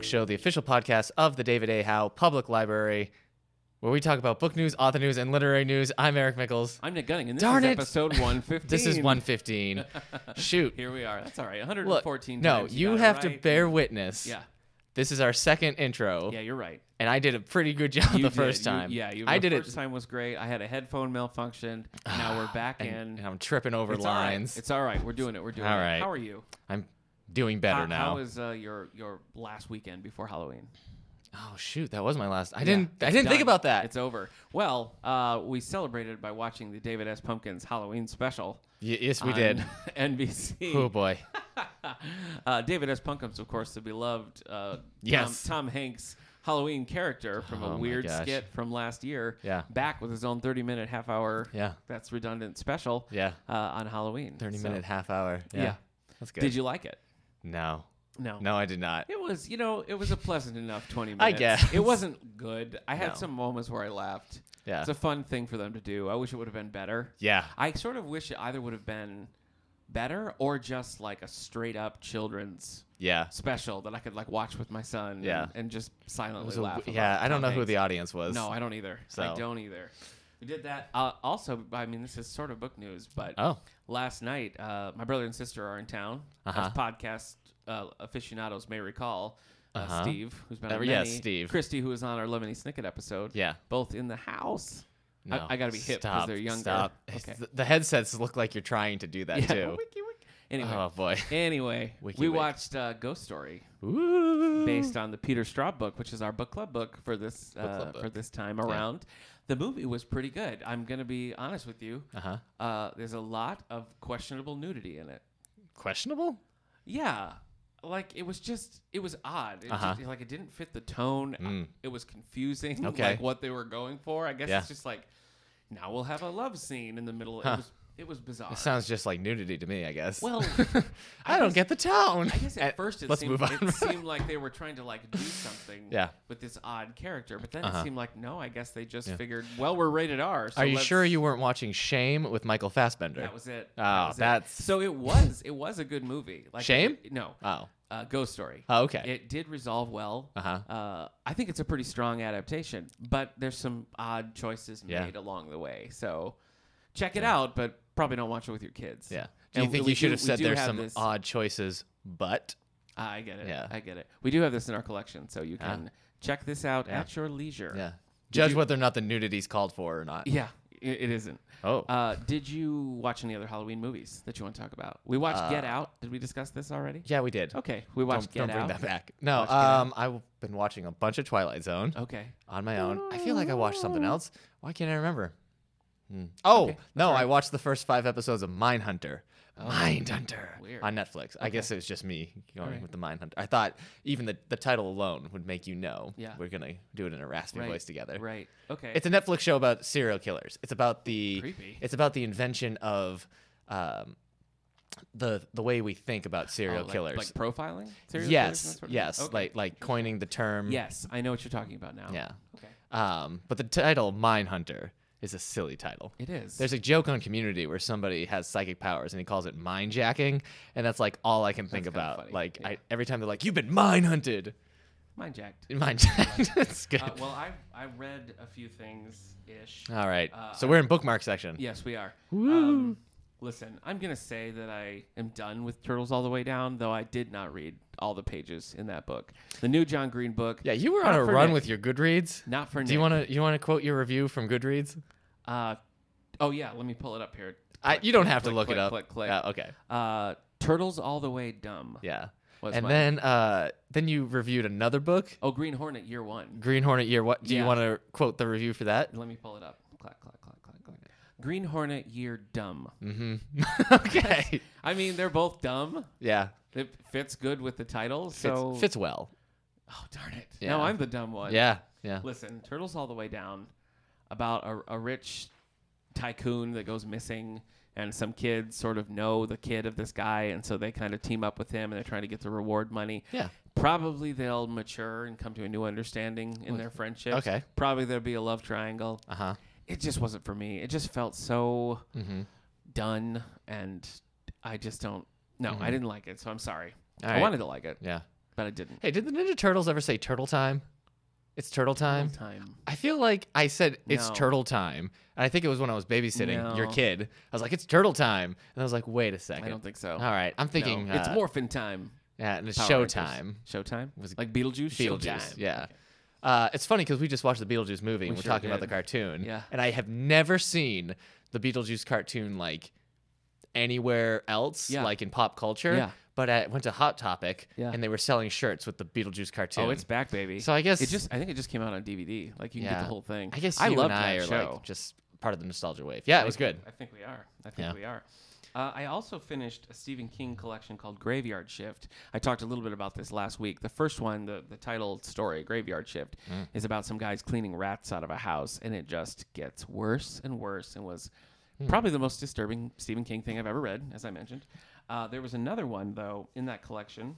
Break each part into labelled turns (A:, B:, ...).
A: Show, the official podcast of the David A. Howe Public Library, where we talk about book news, author news, and literary news. I'm Eric Mickles.
B: I'm Nick Gunning, and this
A: Darn
B: is
A: it.
B: episode 115.
A: This is 115. Shoot.
B: Here we are. That's all right.
A: Look,
B: 114
A: no,
B: times
A: you,
B: got it
A: have to
B: right.
A: bear witness.
B: Yeah.
A: This is our second intro,
B: Yeah, you're right.
A: and I did a pretty good job
B: You
A: the
B: did.
A: first
B: You-
A: time.
B: yeah, you,
A: I
B: the
A: did
B: first
A: it.
B: time was great. I had a headphone malfunction. Now we're back
A: and,
B: in.
A: and I'm tripping over
B: it's All
A: lines.
B: right. It's all right. We're doing it. We're doing
A: All
B: it.
A: right.
B: How are you?
A: I'm doing better
B: How-
A: now.
B: How was uh, your your last weekend before Halloween?
A: oh shoot, that was my last. I
B: Yeah,
A: didn't. I
B: it's
A: didn't think
B: done.
A: about that.
B: It's over. Well, uh, we celebrated by watching the David S. Pumpkins Halloween special.
A: Y- yes, we
B: on
A: did.
B: NBC.
A: Oh boy.
B: uh, David S. Pumpkins, of course, the beloved uh,
A: Yes.
B: Tom, Tom Hanks Halloween character from
A: Oh my
B: a weird
A: gosh.
B: skit from last year.
A: Yeah.
B: Back with his own 30 minute, half hour,
A: Yeah.
B: that's redundant special
A: Yeah.
B: uh, on Halloween.
A: 30
B: So,
A: minute half hour. Yeah.
B: Yeah.
A: That's good.
B: Did you like it?
A: No.
B: No.
A: No, I did not.
B: It was, you know, it was a pleasant enough 20 minutes.
A: I guess.
B: It wasn't good. I had
A: No.
B: some moments where I laughed.
A: Yeah.
B: It's a fun thing for them to do. I wish it would have been better.
A: yeah.
B: I sort of wish it either would have been better or just like a straight up children's
A: Yeah.
B: special that I could like watch with my son.
A: Yeah.
B: And, and just
A: It
B: silently
A: was a-
B: laugh.
A: yeah,
B: about
A: I don't
B: Tom
A: know who
B: Hanks.
A: the audience was.
B: No, I don't either.
A: So.
B: I don't either. We did that. Uh, also, I mean, this is sort of book news, but
A: Oh.
B: last night, uh, my brother and sister are in town.
A: Uh-huh.
B: As podcast uh, aficionados may recall, uh,
A: Uh-huh.
B: Steve, who's been
A: Uh,
B: on
A: yes,
B: many,
A: Steve.
B: Christy, who was on our Lemony Snicket episode.
A: Yeah.
B: Both in the house. I-
A: No.
B: I gotta be hip 'cause
A: Stop,
B: they're younger.
A: Stop.
B: Okay.
A: The- The headsets look like you're trying to do that
B: Yeah.
A: too.
B: Wiki, wiki. Anyway,
A: Oh boy.
B: anyway,
A: Wiki,
B: we
A: wiki.
B: watched uh, Ghost Story.
A: Ooh.
B: based on the Peter Straub book, which is our book club book for this uh,
A: club Hmm. book.
B: for this time around. The movie was pretty good. I'm gonna be honest with you.
A: Uh-huh.
B: Uh, there's a lot of questionable nudity in it.
A: Questionable?
B: Yeah, like it was just it was odd. It
A: Uh-huh.
B: just, like it didn't fit the tone.
A: Mm.
B: It was confusing.
A: Okay.
B: like what they were going for. I guess
A: Yeah.
B: it's just like now we'll have a love scene in the middle.
A: Huh.
B: It was it was bizarre.
A: It sounds just like nudity to me, I guess.
B: Well,
A: I,
B: I
A: don't
B: guess-
A: get the tone.
B: I guess at
A: Uh,
B: first it,
A: let's
B: seemed,
A: move on.
B: it seemed like they were trying to like do something
A: Yeah.
B: with this odd character, but then
A: Uh-huh.
B: it seemed like no, I guess they just
A: Yeah.
B: figured, well, we're rated R. So
A: Are you
B: let's-
A: sure you weren't watching Shame with Michael Fassbender?
B: That was it.
A: Oh,
B: that was it.
A: that's-
B: so it was it was a good movie. Like
A: Shame?
B: it- no,
A: oh.
B: uh, Ghost Story.
A: Oh, okay.
B: It did resolve well.
A: Uh-huh.
B: Uh, I think it's a pretty strong adaptation, but there's some odd choices
A: Yeah.
B: made along the way. So check it out, but probably don't watch it with your kids.
A: yeah. Do you
B: And
A: think
B: we
A: you should
B: do-
A: have
B: we
A: said
B: do
A: there's
B: have
A: some
B: this-
A: odd choices, but
B: Ah, I get it.
A: Yeah.
B: I get it. We do have this in our collection, so you
A: Yeah.
B: can check this out
A: Yeah.
B: at your leisure.
A: yeah. Judge
B: you-
A: whether or not the nudity's called for or not.
B: Yeah, i- it isn't.
A: Oh.
B: Uh, did you watch any other Halloween movies that you want to talk about? We watched Get Out. Did we discuss this already?
A: yeah, we did.
B: Okay, we
A: Don't-
B: watched
A: Uh. don't,
B: Get
A: bring
B: Out.
A: that back. No,
B: Watched Get Out.
A: um, I've been watching a bunch of Twilight Zone
B: Okay.
A: on my own. I feel like I watched something else. Why can't I remember? Hmm. Oh no, I watched the first five episodes of Mindhunter. Mindhunter
B: Oh, Weird.
A: on Netflix. I guess it was just me going with the Mindhunter. I thought even the, the title alone would make you know
B: Yeah.
A: we're gonna do it in a raspy
B: Right.
A: voice together.
B: Right. Okay.
A: It's a Netflix show about serial killers. It's about the
B: Creepy.
A: it's about the invention of um, the the way we think about
B: Oh,
A: serial
B: like-
A: killers.
B: Like profiling? Serial killers and that
A: yes,
B: sort of thing?
A: yes,
B: Okay.
A: like like coining the term.
B: yes, I know what you're talking about now.
A: yeah.
B: Okay.
A: Um, but the title Mindhunter is a silly title.
B: It is.
A: There's a joke on Community where somebody has psychic powers and he calls it mind jacking, and that's like all I can think
B: kinda
A: about.
B: funny,
A: Like
B: yeah.
A: I, every time they're like, "You've been mind hunted."
B: Mind jacked.
A: Mind jacked. That's good.
B: Uh, well, I I read a few things ish.
A: all right.
B: uh,
A: so we're in bookmark section.
B: Yes, we are. Um, listen, I'm gonna say that I am done with Turtles All the Way Down, though I did not read all the pages in that book. The new John Green book.
A: Yeah, you were
B: Not
A: on a
B: for
A: run
B: Nick.
A: with your Goodreads.
B: Not for
A: Do you
B: Nick.
A: want to you want to quote your review from Goodreads?
B: Uh, oh yeah, let me pull it up here.
A: I, you don't have to
B: click,
A: look it
B: click,
A: up.
B: click, click.
A: Yeah, okay.
B: Uh, Turtles All the Way Dumb.
A: Yeah.
B: Was
A: and
B: my-
A: then uh, then you reviewed another book,
B: Oh, Green Hornet Year One.
A: Green Hornet Year. What do you
B: Yeah.
A: want to quote the review for that?
B: Let me pull it up. Clack clack clack clack clack. Green Hornet Year Dumb.
A: hmm okay.
B: I mean, they're both dumb.
A: Yeah.
B: It fits good with the title.
A: Fits,
B: So
A: fits well.
B: Oh darn it!
A: Yeah.
B: Now I'm the dumb one.
A: Yeah. Yeah.
B: Listen, Turtles All the Way Down, about a, a rich tycoon that goes missing, and some kids sort of know the kid of this guy, and so they kind of team up with him, and they're trying to get the reward money.
A: Yeah.
B: Probably they'll mature and come to a new understanding in their friendship.
A: okay.
B: Probably there'll be a love triangle.
A: Uh huh.
B: It just wasn't for me. It just felt so
A: Mm-hmm.
B: done, and I just don't. No, I didn't like it, so I'm sorry.
A: Mm-hmm. All
B: I
A: right.
B: wanted to like it.
A: Yeah.
B: but I didn't.
A: Hey, did the Ninja Turtles ever say turtle time? It's turtle time.
B: Time.
A: I feel like I said it's
B: No.
A: turtle time, and I think it was when I was babysitting your
B: No.
A: kid. I was like, "It's turtle time," and I was like, "Wait a second.
B: I don't think so.
A: All right, I'm
B: No,
A: thinking
B: it's
A: uh,
B: morphin time.
A: Yeah, and it's
B: Power Rangers.
A: showtime.
B: Showtime.
A: Was it-
B: like Beetlejuice.
A: Beetlejuice.
B: Showtime.
A: Yeah. Uh, it's funny because we just watched the Beetlejuice movie and
B: We
A: we're
B: sure
A: talking about the
B: did.
A: cartoon.
B: Yeah.
A: And I have never seen the Beetlejuice cartoon like anywhere else,
B: Yeah.
A: like in pop culture.
B: Yeah.
A: But I went to Hot Topic
B: Yeah.
A: and they were selling shirts with the Beetlejuice cartoon.
B: Oh, it's back, baby.
A: so I guess
B: it just. I think it just came out on DVD. Like you can get
A: Yeah.
B: the whole thing.
A: I guess you
B: I love
A: and I
B: that
A: are
B: show.
A: like just part of the nostalgia wave. Yeah, it was good.
B: I think we are. I think
A: Yeah.
B: we are. Uh, I also finished a Stephen King collection called Graveyard Shift. I talked a little bit about this last week. The first one, the, the title story, Graveyard Shift,
A: Mm.
B: is about some guys cleaning rats out of a house, and it just gets worse and worse and was
A: Hmm.
B: probably the most disturbing Stephen King thing I've ever read, as I mentioned. Uh, there was another one, though, in that collection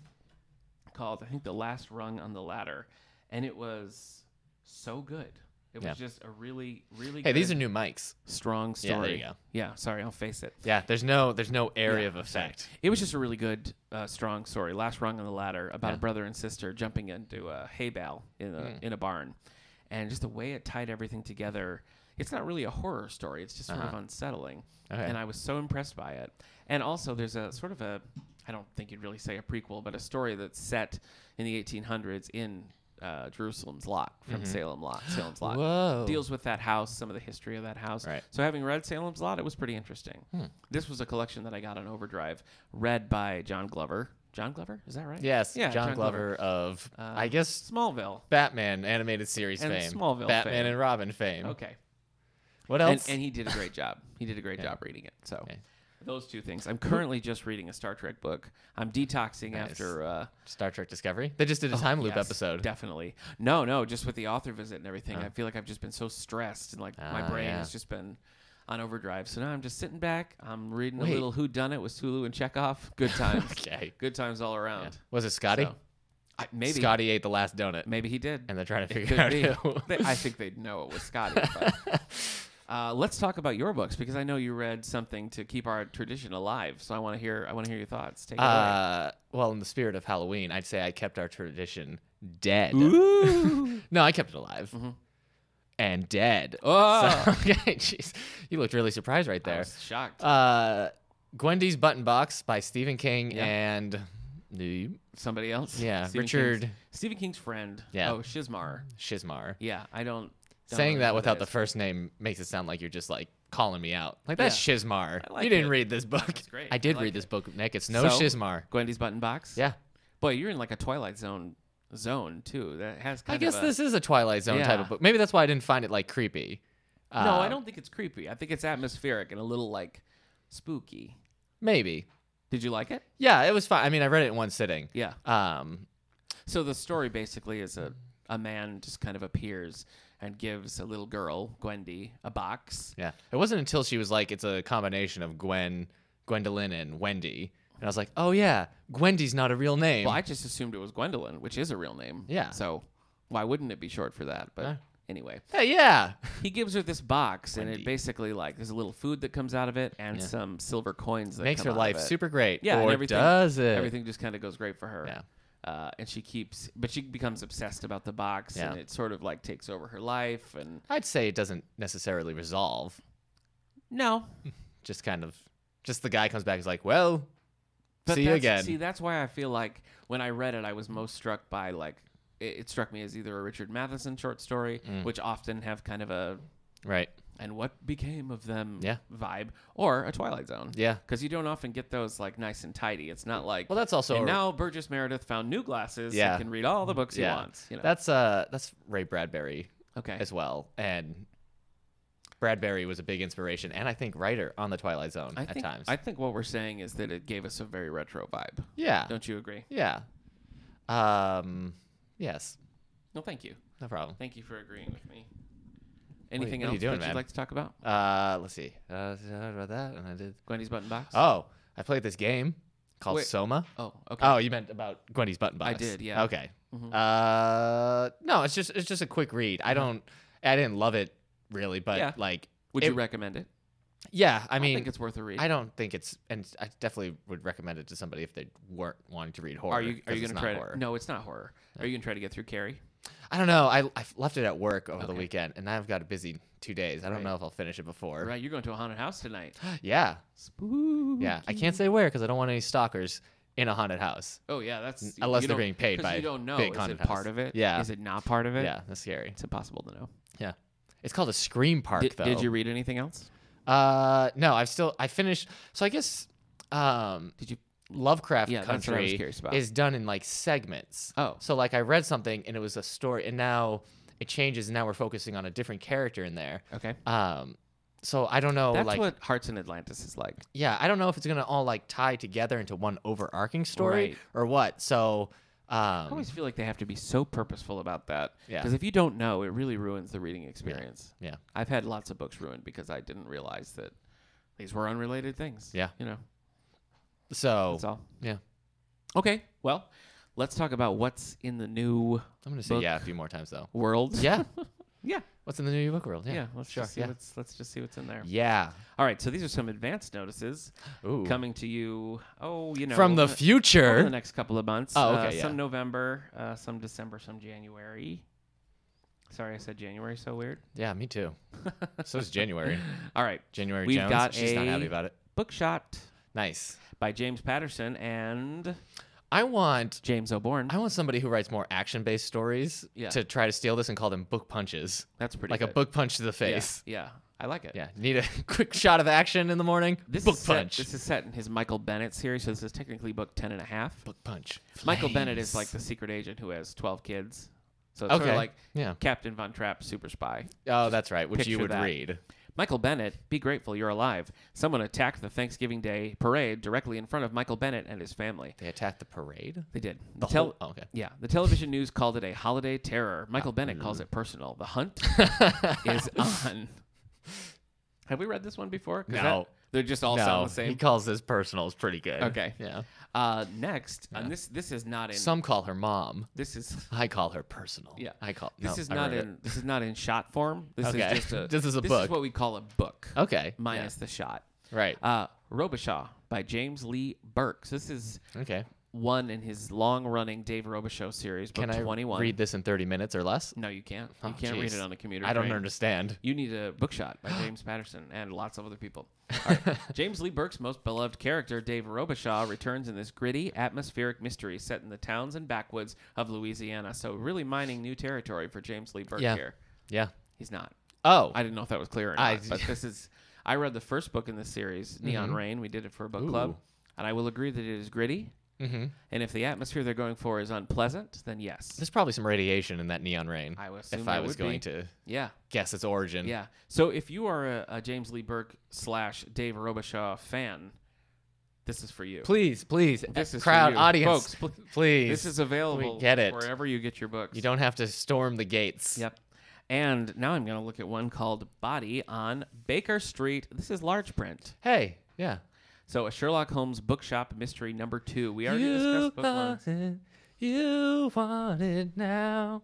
B: called, I think, The Last Rung on the Ladder, and it was so good. It was
A: Yeah.
B: just a really, really
A: Hey,
B: good
A: these are new mics.
B: strong story.
A: Yeah, there you go.
B: Yeah, sorry, I'll face it.
A: Yeah, there's no there's no area of effect.
B: It was just a really good, uh, strong story. Last rung on the ladder about a brother and sister jumping into a hay bale in a
A: Hmm.
B: in a barn, and just the way it tied everything together. It's not really a horror story. It's just sort of unsettling,
A: Uh-huh. Okay.
B: and I was so impressed by it. And also, there's a sort of a, I don't think you'd really say a prequel, but a story that's set in the 1800s in uh, Jerusalem's Lot from Salem Lot, Salem's Lot
A: Mm-hmm. Whoa.
B: deals with that house, some of the history of that house.
A: Oh. Right. Hmm.
B: So having read Salem's Lot, it was pretty interesting. This was a collection that I got on Overdrive, read by John Glover. John Glover, is that right?
A: Yes,
B: Yeah,
A: John, Glover, of I guess
B: Smallville.
A: Batman animated series
B: And
A: fame,
B: Smallville
A: Batman
B: fame.
A: and Robin fame.
B: Okay.
A: What
B: And,
A: Hmm. else?
B: and he did a great job. He did a great job reading it. So those two things. I'm currently just reading a Star Trek book. I'm detoxing after uh,
A: Star Trek Discovery. They just did a time loop
B: Oh, Yes,
A: episode.
B: Definitely. No, no, just with the author visit and everything, I feel like I've just been so stressed and like my
A: Ah,
B: brain
A: yeah.
B: has just been on overdrive. So now I'm just sitting back. I'm reading
A: Wait.
B: a little Who Done It with Sulu and Chekhov. Good times.
A: Okay.
B: Good times all around.
A: Was it Scotty?
B: So, I, maybe
A: Scotty ate the last donut,
B: maybe he did.
A: and they're trying to
B: It
A: figure out who.
B: could be. They- I think they'd know it was Scotty. but- Uh, let's talk about your books because I know you read something to keep our tradition alive. So I want to hear I want to hear your thoughts. Take it away.
A: Uh, well, in the spirit of Halloween, I'd say I kept our tradition dead. no, I kept it alive and dead.
B: Mm-hmm. Oh.
A: So- okay, jeez, you looked really surprised right
B: I
A: there.
B: was shocked.
A: Uh, Gwendy's Button Box by Stephen King and the
B: Somebody else?
A: Yeah,
B: Stephen
A: Richard-
B: King's, Stephen King's friend.
A: Yeah.
B: Oh, Shizmar.
A: Shizmar.
B: Yeah, I don't. don't
A: Saying
B: know
A: that
B: who
A: without
B: is.
A: the first name makes it sound like you're just like calling me out. Like that's Shizmar.
B: I like
A: you didn't
B: it.
A: read this book.
B: great.
A: I did
B: I like
A: read this book, Nick. It's no
B: So-
A: Shizmar.
B: Gwendy's button box.
A: Yeah.
B: Boy, you're in like a Twilight Zone zone too. That has. Kind
A: I guess
B: of a,
A: this is a Twilight Zone type of
B: Yeah.
A: book. Maybe that's why I didn't find it like creepy.
B: No, I
A: Um,
B: don't think it's creepy. I think it's atmospheric and a little like spooky.
A: Maybe.
B: Did you like it?
A: Yeah, it was fine. I mean, I read it in one sitting.
B: Yeah.
A: Um,
B: So the story basically is a a man just kind of appears and gives a little girl Gwendy a box.
A: yeah. It wasn't until she was like, it's a combination of Gwen, Gwendolyn, and Wendy, and I was like, oh yeah, Gwendy's not a real name.
B: Well, I just assumed it was Gwendolyn, which is a real name.
A: Yeah.
B: So why wouldn't it be short for that? But
A: Yeah.
B: anyway.
A: Hey, yeah.
B: he gives her this box and
A: Wendy.
B: it basically like there's a little food that comes out of it and some silver coins that
A: Makes
B: come
A: her
B: out of
A: life
B: it.
A: super great.
B: yeah and
A: or
B: everything
A: does it?
B: everything just kind of goes great for her
A: Yeah.
B: uh, and she keeps but she becomes obsessed about the box and
A: Yeah.
B: it sort of like takes over her life and
A: I'd say it doesn't necessarily resolve.
B: no
A: Just kind of, just the guy comes back. He's like, well,
B: but
A: see you
B: that's-
A: again.
B: see that's why i feel like when i read it i was most struck by like it, it struck me as either a richard matheson short story
A: Mm.
B: which often have kind of a
A: right.
B: and what became of them
A: Yeah.
B: vibe or a twilight zone
A: Yeah.
B: because you don't often get those like nice and tidy. It's not like
A: Well, that's also.
B: and
A: a-
B: now Burgess Meredith found new glasses. Yeah,
A: Yeah.
B: and can read all the books
A: yeah.
B: he wants. You know,
A: That's uh, that's Ray Bradbury
B: okay.
A: as well, and Bradbury was a big inspiration and I think writer on the Twilight Zone
B: I
A: at
B: think
A: times.
B: I think what we're saying is that it gave us a very retro vibe.
A: yeah.
B: Don't you agree?
A: Yeah. Um. Yes.
B: No, thank you.
A: No problem.
B: Thank you for agreeing with me. Anything
A: what are you
B: else
A: doing,
B: that
A: man?
B: you'd like to talk about?
A: Uh. Let's see. Uh. I talked about that, and I did.
B: Gwendy's button box.
A: Oh, I played this game called
B: Wait.
A: Soma.
B: Oh, okay.
A: Oh, you meant about Gwendy's button box.
B: I did, yeah. Mm-hmm.
A: Okay. Uh, no, it's just it's just a quick read. I don't, I didn't love it really, but
B: Yeah.
A: like,
B: Would
A: it-
B: you recommend it?
A: Yeah, I
B: I
A: mean,
B: think it's worth a read.
A: I don't think it's, and I definitely would recommend it to somebody if they weren't wanting to read horror.
B: are you are
A: 'cause
B: you
A: it's
B: gonna
A: not
B: try to?
A: horror.
B: No, it's not horror. Are you gonna try to get through Carrie?
A: I don't know. I, I left it at work over the
B: Okay.
A: weekend, and I've got a busy two days. I don't
B: Right.
A: know if I'll finish it before.
B: Right, you're going to a haunted house tonight.
A: Yeah,
B: Spooky.
A: yeah. I can't say where because I don't want any stalkers in a haunted house.
B: Oh yeah, that's
A: Unless
B: you
A: they're
B: don't-
A: being paid
B: 'cause
A: by
B: You don't know.
A: big
B: Is
A: haunted
B: it
A: house.
B: part of it?
A: Yeah.
B: Is it not part of it?
A: Yeah, that's scary.
B: It's impossible to know.
A: Yeah, it's called a scream park
B: Did,
A: though.
B: did you read anything else?
A: Uh, no, I've still I finished. So I guess, um,
B: Did you?
A: Lovecraft
B: Yeah, that's what I was
A: Country
B: curious about.
A: is done in like segments.
B: Oh.
A: So like I read something and it was a story, and now it changes, and now we're focusing on a different character in there.
B: Okay.
A: Um, so I don't know,
B: That's
A: Oh, like,
B: what Hearts in Atlantis is like.
A: yeah, I don't know if it's gonna all like tie together into one overarching story
B: Right.
A: or what. So,
B: I
A: um,
B: always feel like they have to be so purposeful about that.
A: Yeah.
B: Because if you don't know, it really ruins the reading experience.
A: yeah,
B: I've had lots of books ruined because I didn't realize that these were unrelated things.
A: Yeah.
B: You know,
A: so
B: that's all.
A: yeah,
B: Okay. Well, let's talk about what's in the new
A: I'm gonna say
B: Book.
A: yeah a few more times though.
B: world.
A: Yeah,
B: Yeah.
A: what's in the new book world? Yeah,
B: Yeah. let's
A: sure.
B: just see
A: yeah.
B: what's let's just see what's in there.
A: yeah.
B: All right. So these are some advanced notices
A: Ooh.
B: coming to you. Oh, you know,
A: From the
B: over
A: future.
B: over the next couple of months.
A: Oh,
B: Uh,
A: okay, yeah.
B: Some November, uh, some December, some January. Sorry, I said January. So weird.
A: Yeah, me too. so it's January.
B: All right.
A: January
B: We've
A: Jones.
B: got
A: She's not
B: a-
A: happy about it.
B: Bookshot
A: Nice.
B: by James Patterson and
A: I want
B: James O'Born.
A: I want somebody who writes more action based stories
B: Yeah.
A: to try to steal this and call them book punches.
B: That's pretty
A: like a
B: good.
A: book punch to the
B: Yeah,
A: face.
B: Yeah, I like it.
A: Yeah. Need a quick shot of action in the morning?
B: This
A: book
B: is set-
A: punch.
B: this is set in his Michael Bennett series, so this is technically book ten and a half.
A: book punch.
B: Michael Bennett is like
A: Flames.
B: the secret agent who has twelve kids. So it's sort
A: Okay,
B: of like
A: yeah.
B: Captain Von Trapp, super spy.
A: Oh, that's right. Which you
B: picture
A: would
B: that.
A: read.
B: Michael Bennett, be grateful you're alive. Someone attacked the Thanksgiving Day parade directly in front of Michael Bennett and his family.
A: They attacked the parade?
B: They did.
A: The
B: The tel-
A: whole- oh, okay.
B: Yeah, the television news called it a holiday terror. Michael Bennett calls it personal. The hunt is on. Have we read this one before? 'Cause
A: No.
B: that- they're just all sound the
A: he
B: same.
A: calls this personal. It's pretty good.
B: Okay.
A: Yeah.
B: Uh, next, and this this is not in.
A: Some call her mom.
B: this is
A: I call her personal.
B: Yeah.
A: I call.
B: this
A: no,
B: is
A: I
B: not
A: wrote it.
B: in this is not in shot form. This
A: Okay.
B: is just a
A: This is a
B: this
A: book.
B: is what we call a book
A: Okay. yeah,
B: minus the shot.
A: Right.
B: Uh, Robichaud by James Lee Burks. This is
A: okay.
B: one in his long-running Dave Robichaud series, book
A: Can I
B: 21.
A: read this in 30 minutes or less?
B: No, you can't.
A: Oh,
B: You can't read
A: jeez.
B: it on a computer.
A: I don't
B: screen.
A: understand.
B: You need a bookshot by James Patterson and lots of other people. All right. James Lee Burke's most beloved character, Dave Robichaud, returns in this gritty, atmospheric mystery set in the towns and backwoods of Louisiana. So, really mining new territory for James Lee Burke
A: Yeah.
B: here.
A: Yeah.
B: He's not.
A: Oh.
B: I didn't know if that was clear or not,
A: I- Mm-hmm.
B: but this is. I read the first book in this series, Neon Rain. We did it for a book club,
A: Ooh.
B: and I will agree that it is gritty.
A: mm-hmm.
B: And if the atmosphere they're going for is unpleasant, then yes,
A: There's probably some radiation in that neon rain.
B: I would assume
A: If I
B: there
A: was
B: would be.
A: going to Mm-hmm.
B: yeah,
A: guess its origin.
B: Yeah. So if you are a, a James Lee Burke slash Dave Robichaud fan, this is for you.
A: Please, please,
B: This is for
A: crowd
B: you.
A: audience,
B: Folks, pl-
A: please.
B: This is available
A: get it.
B: wherever you get your books.
A: you don't have to storm the gates.
B: Yep. And now I'm going to look at one called Body on Baker Street. This is large print.
A: Hey, yeah.
B: So a Sherlock Holmes bookshop mystery number two. We already discussed book one.
A: it. You want it now.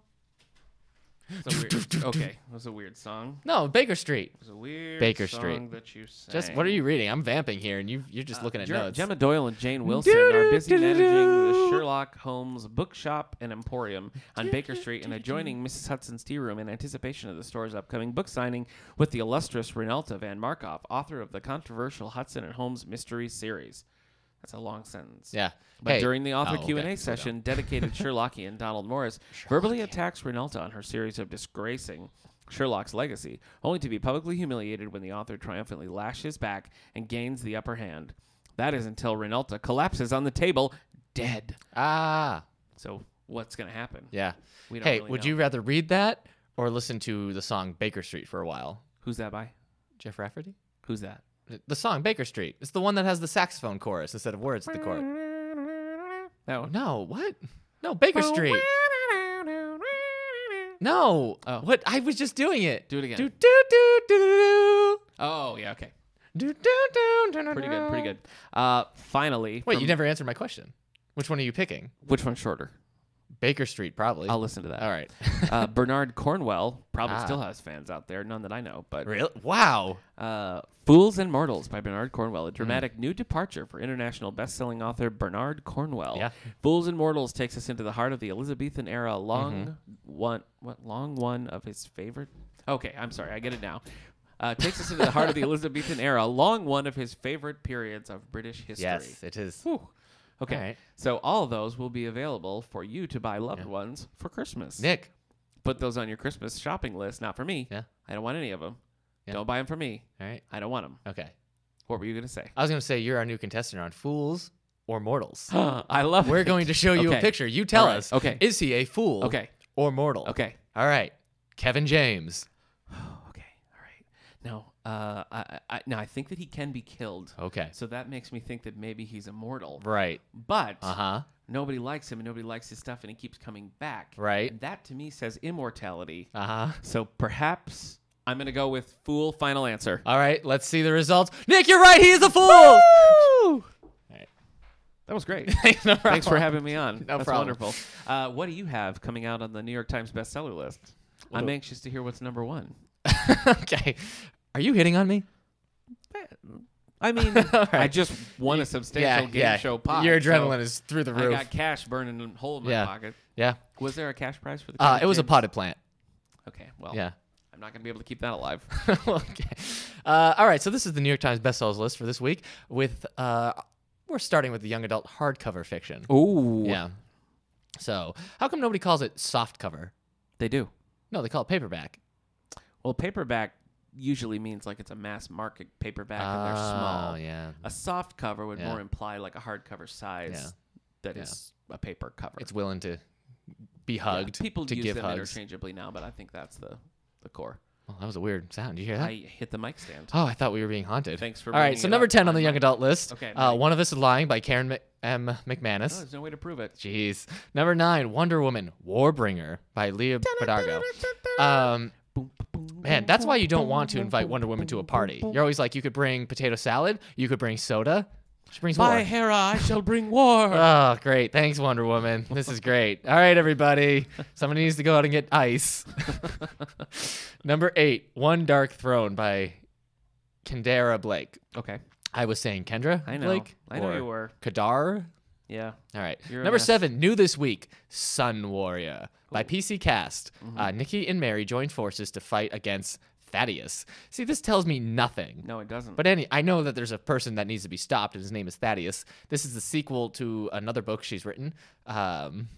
B: It's a weird- Okay, it was a weird song.
A: No, Baker Street.
B: It was a weird
A: Baker
B: song
A: Street.
B: that you sang.
A: Just what are you reading? I'm vamping here, and you you're just looking at
B: Jer-
A: notes.
B: Gemma Doyle and Jane Wilson are busy managing the Sherlock Holmes bookshop and emporium on Baker Street and adjoining Mrs. Hudson's tea room in anticipation of the store's upcoming book signing with the illustrious Renalta Van Markov, author of the controversial Hudson and Holmes mystery series. That's a long sentence.
A: yeah.
B: But
A: Hey.
B: during the author
A: Oh,
B: Q&A
A: okay.
B: session dedicated Sherlockian Donald Morris verbally attacks Renalta on her series of disgracing Sherlock's legacy, only to be publicly humiliated when the author triumphantly lashes back and gains the upper hand. That is until Renalta collapses on the table, dead.
A: Ah.
B: So what's going to happen?
A: Yeah.
B: We don't
A: Hey,
B: really
A: would
B: know.
A: you rather read that or listen to the song Baker Street for a while?
B: Who's that by?
A: Jeff Rafferty?
B: Who's that?
A: The song Baker Street. It's the one that has the saxophone chorus instead of words at the chorus.
B: That one.
A: No, what? No, Baker
B: Oh,
A: Street. No.
B: Oh.
A: What? I was just doing it.
B: Do it again.
A: Do do do do do
B: Oh, yeah, okay.
A: do do do do. do,
B: Pretty good, pretty
A: do.
B: good. Uh, finally,
A: Wait,
B: from-
A: you never answered my question. Which one are you picking?
B: which one's shorter?
A: Baker Street, probably.
B: I'll listen to that.
A: All right.
B: uh, Bernard Cornwell probably
A: Ah.
B: still has fans out there, none that I know, but
A: really? Wow.
B: uh, Fools and Mortals by Bernard Cornwell,
A: Hmm.
B: a dramatic new departure for international best-selling author Bernard Cornwell.
A: Yeah.
B: Fools and Mortals takes us into the heart of the Elizabethan era, long
A: Mm-hmm.
B: one what long one of his favorite Okay, I'm sorry, I get it now. Uh, takes us into the heart of the Elizabethan era, long one of his favorite periods of British history.
A: Yes, it is.
B: Whew. Okay.
A: All right.
B: So all of those will be available for you to buy loved ones for Christmas.
A: Nick,
B: Put those on your Christmas shopping list, not for me.
A: Yeah.
B: I don't want any of them.
A: Yeah.
B: Don't buy them for me.
A: all right.
B: I don't want them.
A: Okay.
B: What were you going to say?
A: I was going to say you're our new contestant on Fools or Mortals.
B: I love
A: We're
B: it.
A: going to show you a
B: Okay.
A: picture. You tell
B: All right.
A: us.
B: Okay.
A: Is he a fool
B: Okay.
A: or mortal?
B: Okay.
A: All right. Kevin James.
B: Okay. All right. No. Uh, I, I, no, I think that he can be killed.
A: Oh, Okay.
B: So that makes me think that maybe he's immortal.
A: Right.
B: But
A: Uh huh.
B: nobody likes him and nobody likes his stuff and he keeps coming back.
A: Right.
B: And that to me says immortality.
A: Uh huh.
B: So perhaps I'm going to go with fool final answer.
A: All right. Let's see the results. Nick, you're right. He is a fool. All right.
B: That was great.
A: No
B: Thanks for
A: problem.
B: having me on.
A: No
B: That's
A: problem.
B: wonderful. Uh, what do you have coming out on the New York Times bestseller list? I'm
A: do-
B: anxious to hear what's number one.
A: okay. Are you hitting on me?
B: I mean, I just won a substantial game show pot.
A: Your
B: so
A: adrenaline is through the
B: I
A: roof.
B: got cash burning a hole in my
A: Yeah.
B: pocket.
A: yeah.
B: Was there a cash prize for the?
A: Uh,
B: Kevin
A: it was a
B: James?
A: potted plant.
B: Okay, well,
A: Yeah.
B: I'm not gonna be able to keep that alive.
A: okay. Uh, all right. So this is the New York Times bestsellers list for this week. With uh, we're starting with the young adult hardcover fiction.
B: Ooh,
A: Yeah. So how come nobody calls it softcover?
B: they do.
A: No, they call it paperback.
B: Well, paperback usually means like it's a mass market paperback and they're
A: Oh,
B: small.
A: yeah.
B: A soft cover would
A: Yeah.
B: more imply like a hardcover size
A: Yeah.
B: that is
A: Yeah.
B: a paper cover.
A: It's willing to be
B: Yeah,
A: hugged.
B: People
A: to
B: use
A: give
B: them
A: hugs.
B: interchangeably now, but I think that's the the core.
A: Well, that was a weird sound. Did you hear that?
B: I hit the mic stand.
A: Oh, I thought we were being haunted.
B: Thanks for
A: All right.
B: bringing
A: So
B: it
A: number
B: up
A: ten on
B: on
A: the young
B: my-
A: adult list.
B: Okay, Oh.
A: Uh,
B: Mike.
A: One of Us is lying by Karen Mc- M.
B: No,
A: McManus.
B: there's no way to prove it.
A: Jeez. Number nine, Wonder Woman, Warbringer by Leah Bardugo. Um, man, that's why you don't want to invite Wonder Woman to a party. You're always like, you could bring potato salad, you could bring soda. She brings
B: By
A: war.
B: Hera, I shall bring war.
A: Oh, great. Thanks, Wonder Woman. This is great. All right, everybody. Somebody needs to go out and get ice. Number eight, One Dark Throne by Kendra Blake.
B: okay,
A: I was saying Kendra
B: I know.
A: Blake?
B: I know
A: or
B: you were.
A: Kadar?
B: Yeah.
A: All right.
B: You're a
A: Number
B: mess.
A: seven, new this week, Sun Warrior by PC Cast. Uh,
B: Mm-hmm.
A: Nikki and Mary join forces to fight against Thaddeus. See, this tells me nothing.
B: No, it doesn't.
A: But any, I know that there's a person that needs to be stopped, and his name is Thaddeus. This is the sequel to another book she's written. Um,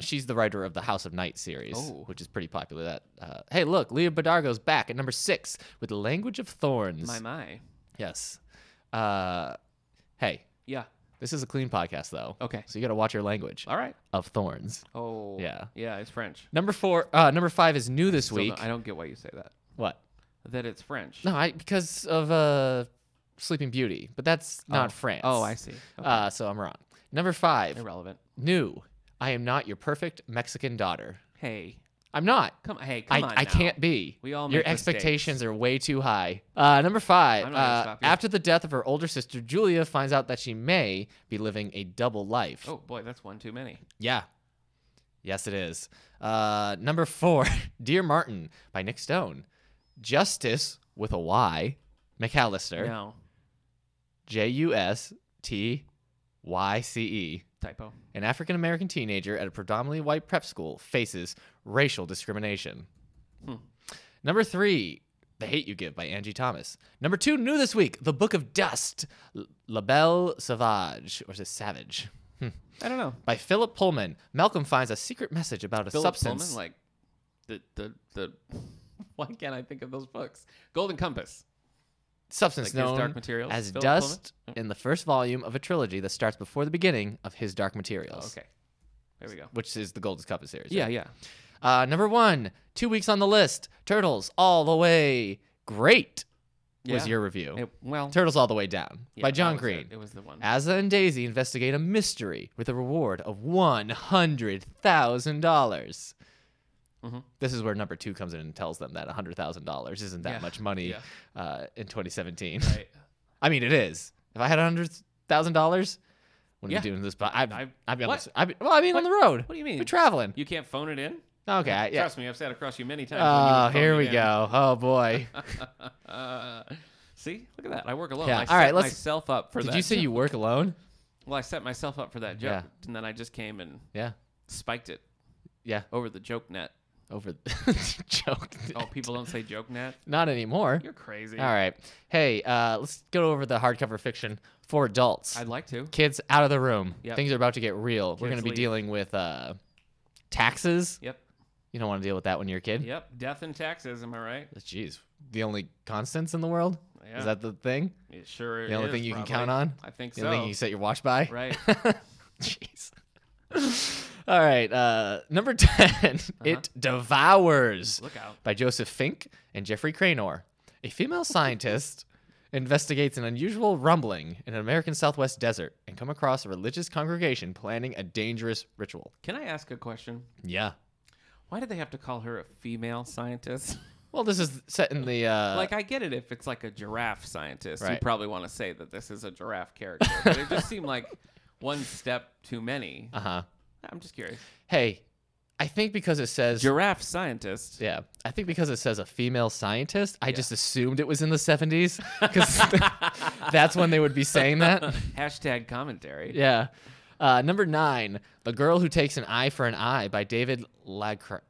A: she's the writer of the House of Night series,
B: Oh.
A: which is pretty popular. That uh, hey, look, Leah Badargo's back at number six with Language of Thorns.
B: my my.
A: yes. Uh, hey,
B: Yeah.
A: this is a clean podcast though.
B: Okay.
A: So you got to watch your language
B: All right.
A: of thorns.
B: Oh.
A: Yeah.
B: Yeah, it's French.
A: Number four, uh, number five is new this
B: Still
A: week.
B: don't- I don't get why you say that.
A: what?
B: That it's French.
A: No, I because of uh, Sleeping Beauty, but that's not France.
B: Oh, I see. Okay.
A: Uh, so I'm wrong. Number five,
B: Irrelevant.
A: new. I am not your perfect Mexican daughter.
B: Hey,
A: I'm not.
B: come. Hey,
A: I,
B: come on.
A: I
B: now.
A: can't be.
B: We all
A: your
B: make mistakes.
A: expectations are way too high. Uh, number five.
B: I'm not gonna
A: uh,
B: stop you.
A: after the death of her older sister, Julia finds out that she may be living a double life.
B: Oh boy, that's one too many.
A: Yeah. Yes, it is. Uh, number four, Dear Martin by Nick Stone. Justice with a Y, McAllister.
B: No
A: J U S T Y C E.
B: typo.
A: An African American teenager at a predominantly white prep school faces racial discrimination.
B: Hmm.
A: Number three, The Hate You Give by Angie Thomas. Number two, new this week, The Book of Dust, L- La Belle Sauvage, or is it Savage? Hmm
B: I don't know.
A: by Philip Pullman. Malcolm finds a secret message about a
B: Philip
A: substance.
B: Pullman, like the the the. Why can't I think of those books? Golden Compass.
A: substance
B: like His
A: known
B: Dark Materials,
A: as
B: Philip Pullman? Oh.
A: dust in the first volume of a trilogy that starts before the beginning of His Dark
B: Oh,
A: Materials.
B: okay. There we go.
A: Which is the Golden Compass series.
B: Yeah,
A: right?
B: yeah.
A: Uh, number one, two weeks on the list. Turtles all the way. Great was
B: Yeah.
A: your review.
B: It, well,
A: Turtles all the way down
B: yeah,
A: by
B: that
A: John Ah.
B: was
A: Green.
B: It. it was the one.
A: Asa and Daisy investigate a mystery with a reward of one hundred thousand dollars.
B: Mhm.
A: This is where number two comes in and tells them that hundred thousand dollars isn't that
B: Yeah,
A: much money
B: yeah.
A: uh, in 2017.
B: Right.
A: I mean, it is. If I had hundred thousand dollars, when we
B: Yeah.
A: do this. But I've I've,
B: I've-
A: been on
B: what?
A: this, I've been, well, I mean on the road.
B: What do you mean?
A: We're traveling.
B: You can't phone it in?
A: Okay, I- yeah.
B: Trust me, I've sat across you many times. when you
A: Oh,
B: would phone
A: here
B: it
A: we
B: in.
A: go. Oh boy.
B: Uh, see, look at that. I work alone.
A: Yeah.
B: I
A: All
B: set
A: right, let's-
B: myself up for that.
A: Did you say
B: joke.
A: you work alone?
B: Well, I set myself up for that joke, and then I just came and
A: Yeah.
B: spiked it
A: Yeah.
B: over the joke net.
A: Over the joke.
B: Oh, people don't say joke net.
A: Not anymore.
B: You're crazy.
A: All right. Hey, uh, let's go over the hardcover fiction for adults.
B: I'd like to.
A: Kids out of the room.
B: Yep.
A: Things are about to get real. We're
B: Kids
A: going to be
B: leave.
A: dealing with uh, taxes.
B: Yep.
A: You don't want to deal with that when you're a kid.
B: Yep. Death and taxes. Am I right?
A: Jeez, the only constants in the world?
B: Yeah.
A: Is that the thing?
B: It sure
A: The only
B: is,
A: thing you
B: probably.
A: can count on?
B: I think
A: The
B: so.
A: only thing you set your watch by?
B: Right.
A: Jeez. All right. Uh, number 10
B: Uh-huh.
A: It Devours
B: Look out.
A: by Joseph Fink and Jeffrey Cranor. A female scientist investigates an unusual rumbling in an American Southwest desert and come across a religious congregation planning a dangerous ritual.
B: Can I ask a question?
A: Yeah.
B: Why did they have to call her a female scientist?
A: Well, this is set in the uh,
B: like, I get it if it's like a giraffe scientist. You
A: right.
B: probably want to say that this is a giraffe character. but it just seemed like one step too many.
A: uh huh.
B: I'm just curious.
A: Hey, I think because it says
B: Giraffe scientist.
A: Yeah, I think because it says a female scientist, I just assumed it was in the 70s because that's when they would be saying that.
B: Hashtag commentary.
A: Yeah. Uh, number nine, The Girl Who Takes an Eye for an Eye by David Lagercrantz.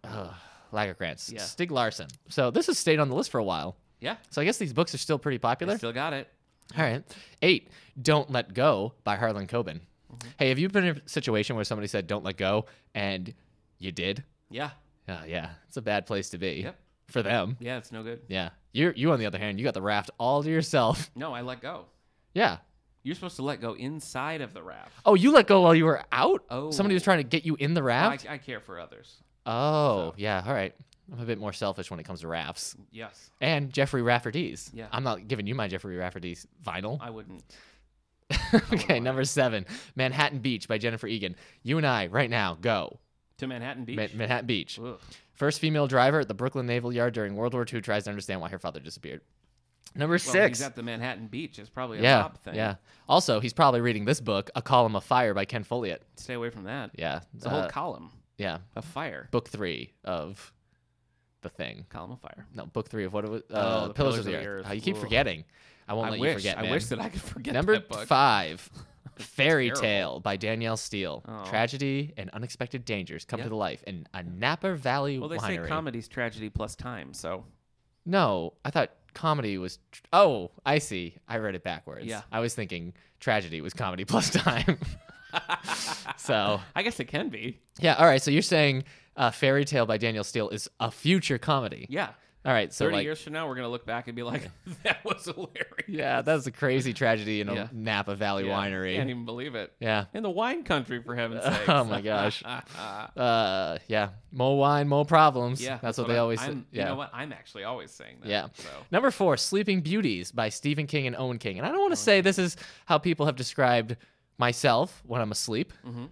A: Lagercrantz.
B: Yeah.
A: Stig Larson. So this has stayed on the list for a while.
B: Yeah.
A: So I guess these books are still pretty popular.
B: Still got it.
A: All right. Eight, Don't Let Go by Harlan Coben.
B: Mm-hmm.
A: Hey, have you been in a situation where somebody said, don't let go, and you did?
B: Yeah.
A: Oh, yeah. It's a bad place to be
B: Yep.
A: for them.
B: Yeah, it's no good.
A: Yeah. You you on the other hand, you got the raft all to yourself.
B: No, I let go.
A: Yeah.
B: You're supposed to let go inside of the raft.
A: Oh, you let go while you were out? Somebody was
B: Oh.
A: trying to get you in the
B: I,
A: raft?
B: I care for others.
A: oh, yeah. All right. I'm a bit more selfish when it comes to rafts.
B: Yes.
A: And Jeffrey Rafferty's.
B: Yeah.
A: I'm not giving you my Jeffrey Rafferty's vinyl.
B: I wouldn't.
A: okay, number seven. Manhattan Beach by Jennifer Egan. You and I, right now, go.
B: To Manhattan Beach.
A: Ma- Manhattan Beach.
B: Ugh.
A: First female driver at the Brooklyn Naval Yard during World War II tries to understand why her father disappeared. Number
B: Well,
A: six.
B: he's at the Manhattan Beach. It's probably a
A: yeah.
B: top thing.
A: Yeah. Also, he's probably reading this book, A Column of Fire by Ken Follett.
B: Stay away from that.
A: Yeah.
B: It's a whole
A: uh,
B: column
A: yeah.
B: of fire.
A: Book three of the thing.
B: Column of fire.
A: No, book three of what it was. Uh,
B: Oh, The
A: Pillars, of the, Earth. Oh, you keep
B: Ugh.
A: forgetting. I won't
B: I
A: let
B: wish.
A: you forget.
B: I
A: man.
B: wish that I could forget
A: Number
B: that book.
A: five. Fairy
B: Terrible.
A: Tale by Danielle Steele.
B: Oh.
A: Tragedy and unexpected dangers come
B: Yeah.
A: to the life in a Napa Valley
B: Well, they
A: winery.
B: say comedy's tragedy plus time. So
A: no, I thought comedy was. Tr- oh, I see. I read it backwards.
B: Yeah.
A: I was thinking tragedy was comedy plus time. so
B: I guess it can be.
A: yeah, all right. So you're saying uh, Fairy Tale by Danielle Steele is a future comedy.
B: Yeah.
A: All right, so
B: 30
A: like,
B: years from now, we're going to look back and be like, that was hilarious.
A: yeah, that's a crazy tragedy in a
B: Yeah.
A: Napa Valley
B: Yeah, Can't
A: winery.
B: even believe it.
A: Yeah.
B: In the wine country, for heaven's sake.
A: Oh my gosh. Uh, yeah, more wine, more problems.
B: yeah.
A: that's, what, they
B: I'm-
A: always say.
B: I'm-
A: Yeah.
B: You know what? I'm actually always saying that.
A: Yeah.
B: So.
A: Number four, Sleeping Beauties by Stephen King and Owen King. And I don't want to say this is how people have described myself when I'm asleep,
B: Mhm.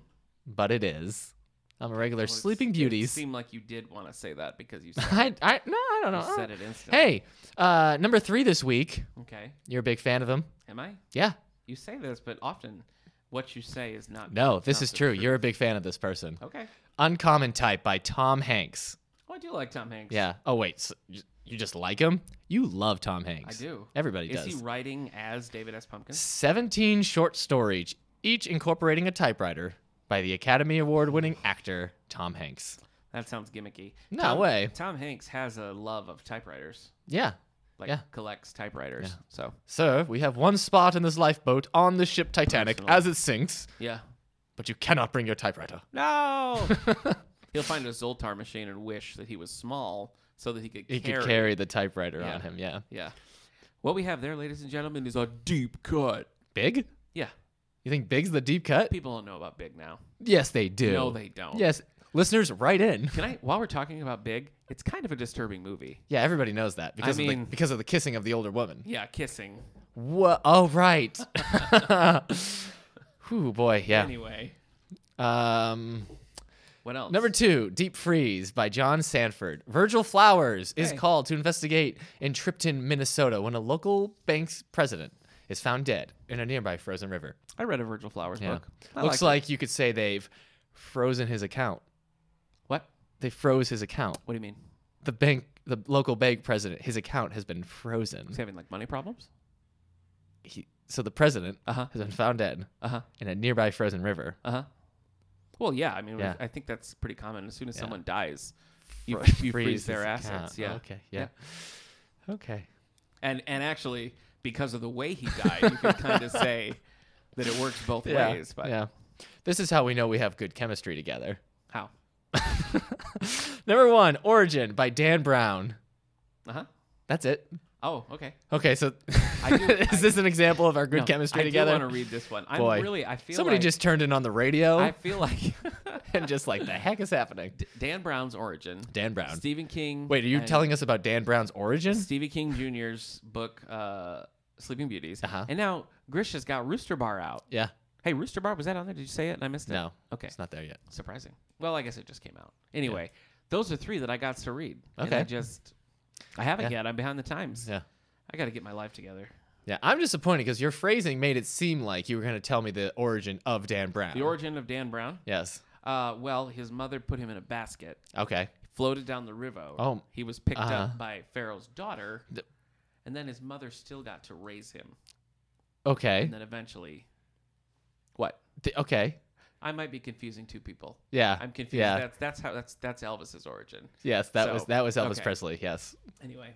A: but it is. I'm a regular
B: Well, it's-
A: Sleeping
B: It
A: Beauties.
B: seemed like you did want to say that because you said,
A: I, I, no, I don't know.
B: you said it instantly.
A: Uh-uh. Hey, uh, number three this week.
B: Okay.
A: You're a big fan of him.
B: Am I?
A: Yeah.
B: You say this, but often what you say is not.
A: No, this
B: not
A: is
B: the
A: true.
B: truth.
A: You're a big fan of this person.
B: Okay.
A: Uncommon Type by Tom Hanks.
B: Oh, I do like Tom Hanks.
A: Yeah. Oh wait, so you you just like him? You love Tom
B: I
A: Hanks.
B: do.
A: Everybody
B: Is
A: does.
B: he writing as David S. Pumpkin?
A: 17 short stories, each incorporating a typewriter by the Academy Award winning actor Tom Hanks.
B: That sounds gimmicky.
A: No
B: Tom,
A: way.
B: Tom Hanks has a love of typewriters.
A: Yeah.
B: Like
A: Yeah.
B: collects typewriters. So
A: Sir, we have one spot in this lifeboat on the ship Titanic
B: Personal.
A: as it sinks,
B: yeah.
A: but you cannot bring your typewriter.
B: No. He'll find a Zoltar machine and wish that he was small so that he could
A: He
B: carry.
A: could carry the typewriter
B: Yeah.
A: on him, yeah.
B: Yeah. What we have there, ladies and gentlemen, is a deep cut.
A: Big?
B: Yeah.
A: You think Big's the deep cut?
B: People don't know about Big now.
A: Yes, they do.
B: No, they don't.
A: Yes. Listeners, write in.
B: Can I? While we're talking about Big, it's kind of a disturbing movie.
A: Yeah, everybody knows that because of
B: mean-
A: the, because of the kissing of the older woman.
B: Yeah, kissing.
A: Whoa! Oh, right. Whew, boy, yeah.
B: Anyway,
A: Um,
B: what else?
A: number two, Deep Freeze by John Sanford. Virgil Flowers is
B: Hey.
A: called to investigate in Tripton, Minnesota, when a local bank's president is found dead in a nearby frozen river.
B: I read a Virgil Flowers
A: Yeah.
B: book. I
A: Looks
B: liked it.
A: like you could say they've frozen his account.
B: what?
A: They froze his account.
B: What do you mean?
A: The bank, the local bank president, his account has been frozen.
B: He's having like money problems.
A: He, so the president
B: Uh huh.
A: has been found dead
B: Uh huh.
A: in a nearby frozen river.
B: Uh huh. Well, yeah. I mean,
A: uh-huh. Yeah.
B: I think that's pretty common. As soon as
A: Yeah.
B: someone dies, you,
A: Fro-
B: you freeze
A: freeze
B: their
A: his account. Oh,
B: assets. Yeah.
A: Okay. Yeah. Okay.
B: And and actually, because of the way he died, you can kind of say that it works both
A: Yeah.
B: ways. But
A: yeah. This is how we know we have good chemistry together.
B: how?
A: Number one, Origin by Dan Brown.
B: Uh huh.
A: That's it.
B: Oh, okay.
A: Okay, so
B: I do-
A: is this an example of our good
B: No,
A: chemistry
B: I
A: together?
B: I want to read this one. I'm
A: Boy.
B: really. I feel
A: Somebody
B: like-
A: just turned in on the radio
B: I feel like
A: and just like, the heck is happening?
B: Dan Brown's origin.
A: Dan Brown.
B: Stephen King.
A: Wait, are you
B: and
A: telling us about Dan Brown's origin?
B: Stephen King Jr.'s book, uh, Sleeping Beauties,
A: Uh-huh.
B: and now Grisha's got Rooster Bar out.
A: Yeah.
B: Hey, Rooster Bar was that on there? Did you say it? And I missed it.
A: No.
B: Okay.
A: It's not there yet.
B: Surprising. Well, I guess it just came out. Anyway, those are three that I got to read. And
A: Okay.
B: I just, I haven't
A: Yeah.
B: yet. I'm behind the times.
A: Yeah.
B: I got to get my life together.
A: Yeah, I'm disappointed because your phrasing made it seem like you were going to tell me the origin of Dan Brown.
B: The origin of Dan Brown.
A: Yes.
B: Uh, well, his mother put him in a basket,
A: Okay.
B: floated down the river.
A: Oh.
B: He was picked
A: Uh-huh.
B: up by Pharaoh's daughter,
A: The-
B: and then his mother still got to raise him,
A: Okay.
B: and then eventually, what?
A: Th- okay.
B: I might be confusing two people.
A: Yeah.
B: I'm confused.
A: Yeah.
B: That's that's how that's that's Elvis's origin.
A: yes, that was
B: so,
A: that was Elvis
B: okay.
A: Presley. Yes.
B: Anyway,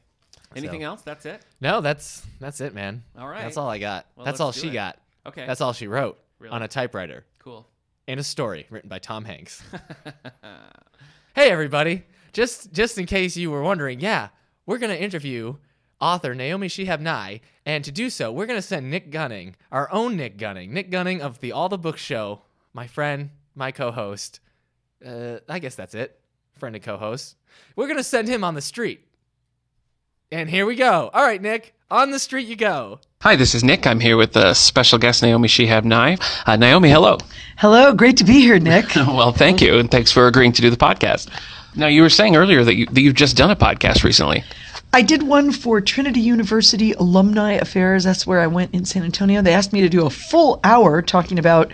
B: anything else? That's it.
A: No, that's that's it, man.
B: All right.
A: That's all I got.
B: Well,
A: that's
B: let's
A: all
B: do
A: she
B: it.
A: got.
B: Okay.
A: That's all she wrote
B: Really?
A: on a typewriter
B: cool.
A: in a story written by Tom Hanks. hey everybody. Just just in case you were wondering, yeah, we're going to interview author Naomi Shihab Nye, and to do so, we're going to send Nick Gunning, our own Nick Gunning, Nick Gunning of the All the Books show, my friend, my co-host. Uh, I guess that's it. Friend and co-host. We're going to send him on the street. And here we go. All right, Nick, on the street you go.
B: Hi, this is Nick. I'm here with uh, special guest Naomi Shihab Nye. Uh, Naomi, hello.
C: Hello, great to be here, Nick.
B: Well, thank you, and thanks for agreeing to do the podcast. Now, you were saying earlier that, you, that you've just done a podcast recently.
C: I did one for Trinity University Alumni Affairs. That's where I went in San Antonio. They asked me to do a full hour talking about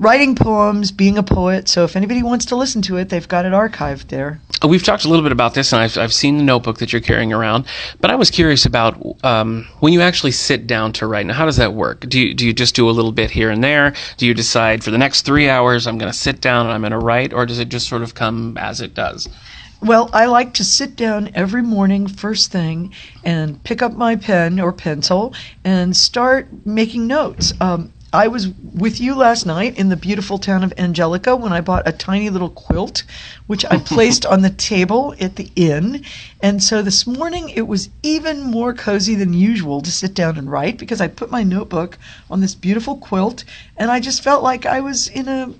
C: writing poems, being a poet. So if anybody wants to listen to it, they've got it archived there.
B: Uh, We've talked a little bit about this, and I've, I've seen the notebook that you're carrying around. But I was curious about um, when you actually sit down to write. Now, how does that work? Do you, do you just do a little bit here and there? Do you decide for the next three hours I'm going to sit down and I'm going to write, or does it just sort of come as it does?
C: Well, I like to sit down every morning, first thing, and pick up my pen or pencil and start making notes. Um, I was with you last night in the beautiful town of Angelica when I bought a tiny little quilt, which I placed on the table at the inn. And so this morning it was even more cozy than usual to sit down and write because I put my notebook on this beautiful quilt and I just felt like I was in a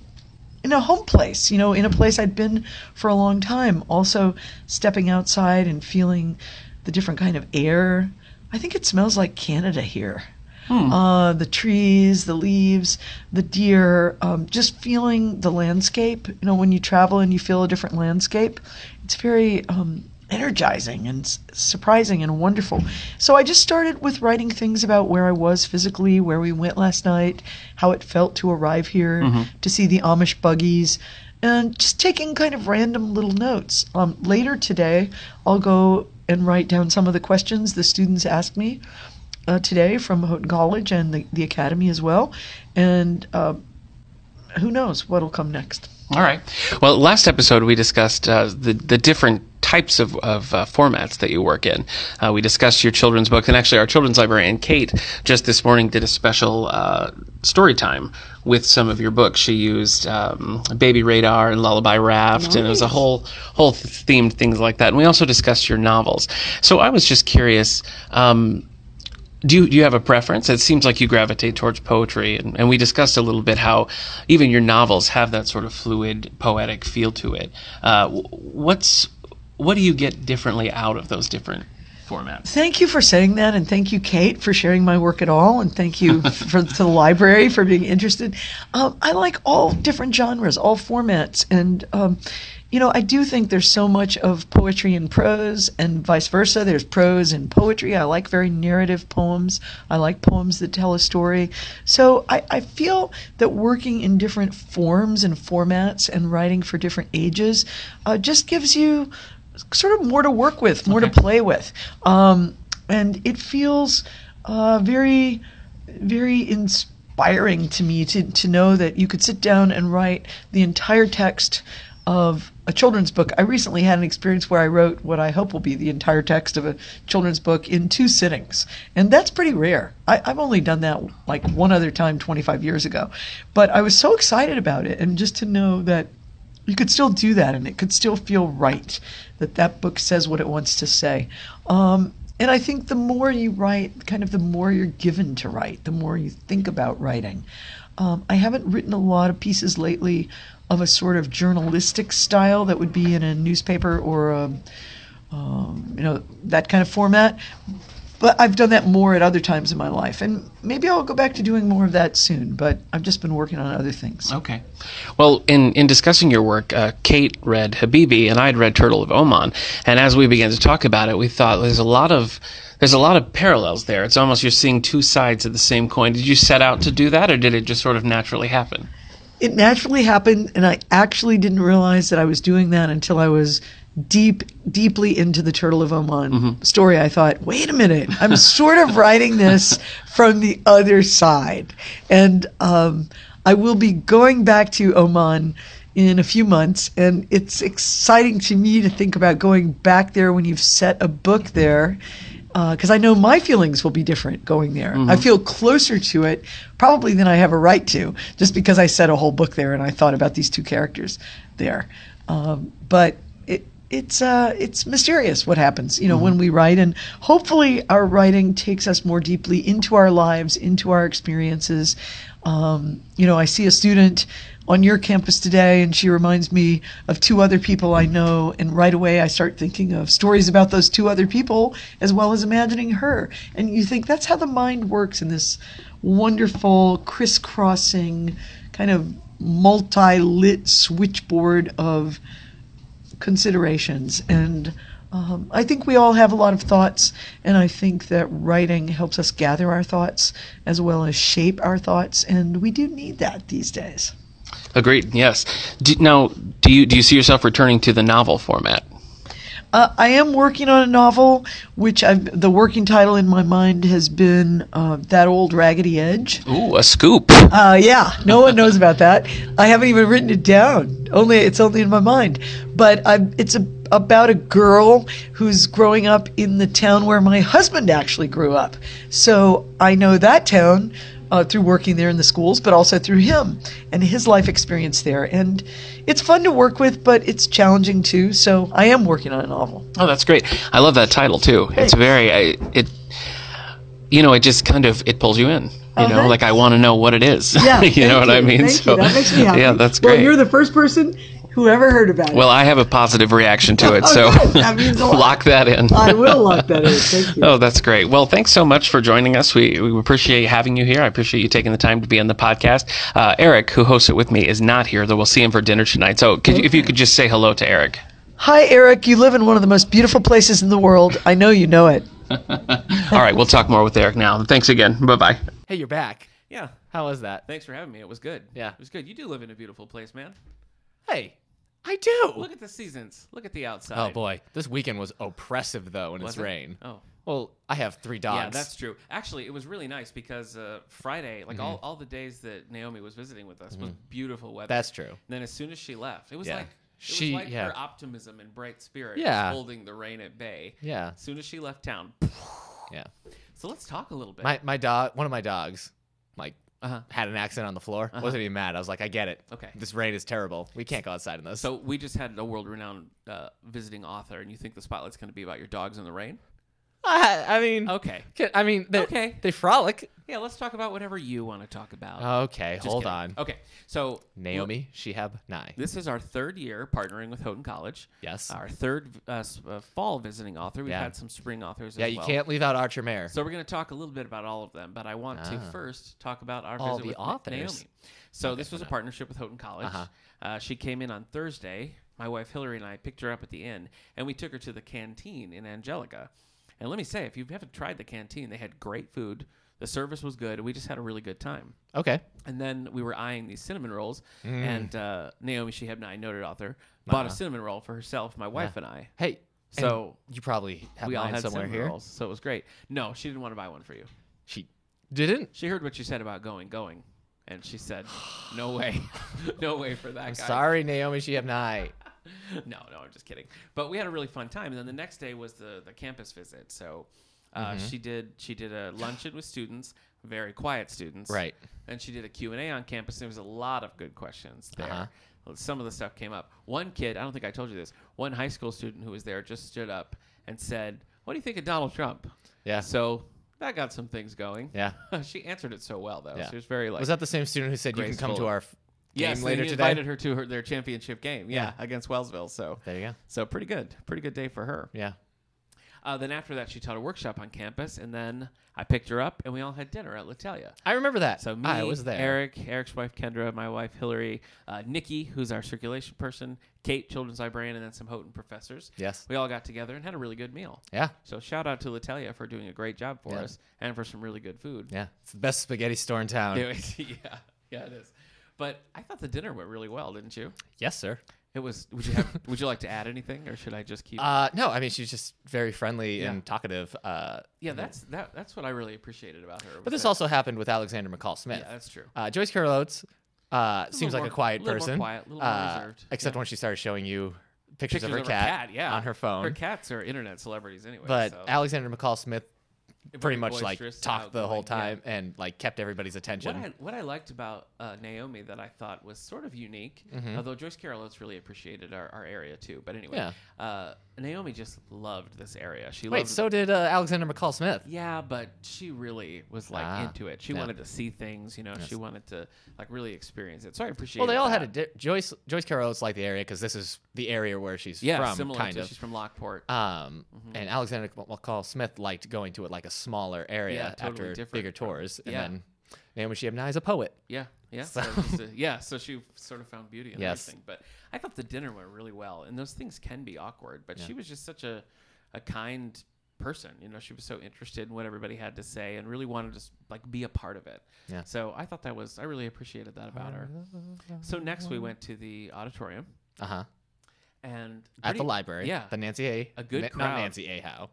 C: in a home place, you know, in a place I'd been for a long time. Also, stepping outside and feeling the different kind of air. I think it smells like Canada here. Uh, the trees, the leaves, the deer, um, just feeling the landscape. You know, when you travel and you feel a different landscape, it's very um, energizing and s- surprising and wonderful. So I just started with writing things about where I was physically, where we went last night, how it felt to arrive here, to see the Amish buggies, and just taking kind of random little notes. Um, later today, I'll go and write down some of the questions the students asked me uh, today from Houghton College and the, the Academy as well. And uh, who knows what'll come next.
D: All right. Well, last episode we discussed uh, the the different types of, of uh, formats that you work in. Uh, we discussed your children's books, and actually, our children's librarian Kate just this morning did a special uh, story time with some of your books. She used um, Baby Radar and Lullaby Raft, and it was a whole whole th- themed things like that. And we also discussed your novels. So I was just curious. Um, do you, do you have a preference? It seems like you gravitate towards poetry, and, and we discussed a little bit how even your novels have that sort of fluid, poetic feel to it. Uh, w- what's what do you get differently out of those different formats?
C: Thank you for saying that, and thank you, Kate, for sharing my work at all, and thank you for, to the library for being interested. Um, I like all different genres, all formats, and um, you know, I do think there's so much of poetry in prose and vice versa. There's prose in poetry. I like very narrative poems. I like poems that tell a story. So I, I feel that working in different forms and formats and writing for different ages uh, just gives you sort of more to work with, more to play with. Um, and it feels uh, very, very inspiring to me to, to know that you could sit down and write the entire text of a children's book. I recently had an experience where I wrote what I hope will be the entire text of a children's book in two sittings. And that's pretty rare. I, I've only done that like one other time 25 years ago. But I was so excited about it. And just to know that you could still do that and it could still feel right that that book says what it wants to say. Um, and I think the more you write, kind of the more you're given to write, the more you think about writing. Um, I haven't written a lot of pieces lately of a sort of journalistic style that would be in a newspaper or a, um, you know that kind of format. But I've done that more at other times in my life, and maybe I'll go back to doing more of that soon. But I've just been working on other things.
D: Okay. Well, in, in discussing your work, uh, Kate read Habibi and I'd read Turtle of Oman. And as we began to talk about it, we thought there's a lot of there's a lot of parallels there. It's almost you're seeing two sides of the same coin. Did you set out to do that, or did it just sort of naturally happen?
C: It naturally happened, and I actually didn't realize that I was doing that until I was deep, deeply into the Turtle of Oman story. I thought, wait a minute, I'm sort of writing this from the other side. And um, I will be going back to Oman in a few months, and it's exciting to me to think about going back there when you've set a book there. Because I know my feelings will be different going there. I feel closer to it probably than I have a right to, just because I set a whole book there and I thought about these two characters there. Um, but it, it's uh, it's mysterious what happens, you know, when we write, and hopefully our writing takes us more deeply into our lives, into our experiences. Um, you know, I see a student on your campus today, and she reminds me of two other people I know, and right away I start thinking of stories about those two other people as well as imagining her. And you think that's how the mind works in this wonderful crisscrossing kind of multi-lit switchboard of considerations. And um, I think we all have a lot of thoughts, and I think that writing helps us gather our thoughts as well as shape our thoughts, and we do need that these days.
D: Agreed. Yes. Do, now, do you do you see yourself returning to the novel format?
C: Uh, I am working on a novel, which I've, the working title in my mind has been uh, That Old Raggedy Edge.
D: Ooh, a scoop. Oh,
C: Uh, yeah, no one knows about that. I haven't even written it down. Only it's only in my mind. But i it's a, about a girl who's growing up in the town where my husband actually grew up. So I know that town uh, through working there in the schools, but also through him and his life experience there. And it's fun to work with, but it's challenging too. So I am working on a novel.
D: Oh, that's great. I love that title too. It's very I, it. You know, it just kind of it pulls you in. You know,
C: Oh, thanks.
D: like I want to know what it is.
C: Yeah,
D: you know
C: thank
D: what I
C: you,
D: mean.
C: thank you.
D: so
C: that makes me happy.
D: yeah, that's
C: Well,
D: great.
C: you're the first person who ever heard about it.
D: well, I have a positive reaction to it, so
C: Oh, good. That means a lot.
D: lock that in.
C: I will lock that in. Thank you.
D: Oh, that's great. Well, thanks so much for joining us. We, we appreciate having you here. I appreciate you taking the time to be on the podcast. Uh, Eric, who hosts it with me, is not here, though we'll see him for dinner tonight. So could you, if you could just say hello to Eric.
C: Hi, Eric. You live in one of the most beautiful places in the world. I know you know it.
D: All right, we'll talk more with Eric now. Thanks again. Bye bye.
A: Hey, you're back.
B: Yeah.
A: How was that?
B: Thanks for having me. It was good.
A: Yeah.
B: It was good. You do live in a beautiful place, man.
A: Hey, I do.
D: Oh.
B: Look at the seasons. Look at the outside.
A: Oh boy, this weekend was oppressive though in
B: Was
A: its
B: it?
A: rain.
B: Oh.
A: Well, I have three dogs.
B: Yeah, that's true. Actually, it was really nice because uh, Friday, like
D: Mm-hmm.
B: all, all the days that Naomi was visiting with us, was beautiful weather.
A: That's true.
B: And then as soon as she left, it was
A: Yeah.
B: like it
A: She-
B: was like
A: yeah.
B: her optimism and bright spirit was
A: Yeah.
B: holding the rain at bay.
A: Yeah.
B: As soon as she left town.
A: Yeah.
B: So let's talk a little bit.
A: My my dog, one of my dogs, like
B: Uh-huh.
A: had an accident on the floor. Wasn't even mad. I was like, I get it.
B: Okay.
A: This rain is terrible. We can't go outside in this.
B: so we just had a world-renowned uh, visiting author, and you think the spotlight's going to be about your dogs in the rain?
A: I, I mean,
B: Okay.
A: okay. I mean, they,
B: Okay.
A: they frolic.
B: Yeah, let's talk about whatever you want to talk about.
A: Okay,
B: Just
A: Oh, hold
B: kidding.
A: on.
B: Okay, so
A: Naomi Shihab Nye.
B: This is our third year partnering with Houghton College.
A: Yes.
B: Our third uh, s- uh, fall visiting author. We've
A: Yeah.
B: had some spring authors
A: Yeah,
B: as
A: you
B: well.
A: can't leave out Archer Mayer.
B: So we're going to talk a little bit about all of them, but I want to
A: Ah.
B: first talk about our
A: All
B: visit
A: the
B: with Na-
A: authors.
B: Naomi. So this was a partnership with Houghton College.
A: Uh-huh.
B: Uh, she came in on Thursday. My wife Hillary and I picked her up at the inn, and we took her to the canteen in Angelica. And let me say, if you haven't tried the canteen, they had great food. The service was good. and We just had a really good time.
A: okay.
B: And then we were eyeing these cinnamon rolls,
A: Mm.
B: and uh, Naomi Shihab, Nye, noted author,
A: Uh-huh.
B: bought a cinnamon roll for herself, my wife, and I.
A: Hey. and
B: So
A: you probably have
B: we all
A: mine
B: had
A: somewhere
B: cinnamon
A: here.
B: rolls, so it was great. No, she didn't want to buy one for you.
A: She didn't.
B: She heard what you said about going, going, and she said, "No way, no way for that
A: I'm
B: guy."
A: sorry, Naomi Shihab Nye.
B: No, no, I'm just kidding. But we had a really fun time. And then the next day was the the campus visit. So uh,
A: Mm-hmm.
B: she did she did a luncheon with students, very quiet students,
A: Right.
B: And she did a Q and A on campus. And there was a lot of good questions there.
A: Uh-huh.
B: Well, Some of the stuff came up. One kid, I don't think I told you this. One high school student who was there just stood up and said, "What do you think of Donald Trump?"
A: Yeah.
B: So that got some things going.
A: Yeah.
B: she answered it so well though.
A: Yeah.
B: She was very like
A: Was that the same student who said you can come
B: graceful.
A: to our f- game
B: yes,
A: later
B: they
A: today?
B: invited her to her their championship game. Yeah, against Wellsville. So
A: There you go.
B: so pretty good, pretty good day for her.
A: Yeah.
B: Uh, then after that, she taught a workshop on campus, and then I picked her up, and we all had dinner at Latalia.
A: I remember that.
B: So me,
A: I was there.
B: Eric, Eric's wife Kendra, my wife Hillary, uh, Nikki, who's our circulation person, Kate, children's librarian, and then some Houghton professors.
A: Yes.
B: we all got together and had a really good meal.
A: Yeah.
B: So shout out to Latalia for doing a great job for
A: Yeah.
B: us and for some really good food.
A: Yeah. It's the best spaghetti store in town.
B: It was- yeah, yeah, it is. But I thought the dinner went really well, didn't you?
A: Yes, sir.
B: It was. Would you have? would you like to add anything, or should I just keep?
A: Uh, no, I mean she's just very friendly and talkative. Uh,
B: yeah, that's that. That's what I really appreciated about her.
A: but this also happened with Alexander McCall Smith.
B: yeah, that's true.
A: Uh, Joyce Carol Oates uh, seems like
B: more-
A: a quiet
B: little more
A: person.
B: quiet, little more
A: uh,
B: reserved.
A: Except when she started showing you pictures, of her cat,
B: yeah,
A: on her phone.
B: Her cats are internet celebrities anyway.
A: but
B: so
A: Alexander McCall Smith
B: very
A: pretty much like
B: boisterous and
A: talked the whole
B: outgoing, yeah.
A: time and like kept everybody's attention.
B: What I, what I liked about uh, Naomi that I thought was sort of unique,
A: Mm-hmm.
B: although Joyce Carol Oates really appreciated our, our area too. But anyway,
A: Yeah.
B: uh, Naomi just loved this area. She
A: Wait,
B: loved
A: so did uh, Alexander McCall Smith?
B: Yeah, but she really was like
A: Ah,
B: into it. She
A: yeah.
B: wanted to see things, you know. She wanted to like really experience it. So I appreciate.
A: Well, they all had a
B: that.
A: di- Joyce Joyce Carol Oates like the area because this is the area where she's
B: yeah,
A: from,
B: similar
A: kind
B: to
A: of.
B: she's Mm-hmm. from Lockport.
A: Um, and Alexander McCall Smith liked going to it like a smaller area
B: Yeah, totally
A: after
B: different.
A: bigger tours. And
B: Yeah.
A: then Naomi Shihab Nye is a poet.
B: Yeah, yeah,
A: So-
B: that was a- yeah. So she sort of found beauty in
A: Yes.
B: everything. But I thought the dinner went really well, and those things can be awkward. But she was just such a, a kind person. You know, she was so interested in what everybody had to say and really wanted to s- like be a part of it.
A: Yeah.
B: So I thought that was I really appreciated that about her. So next we went to the auditorium
A: Uh huh.
B: and
A: At the
B: pretty-
A: library.
B: Yeah.
A: The Nancy A.
B: A good
A: Na- Not
B: crowd.
A: Nancy A. Howe.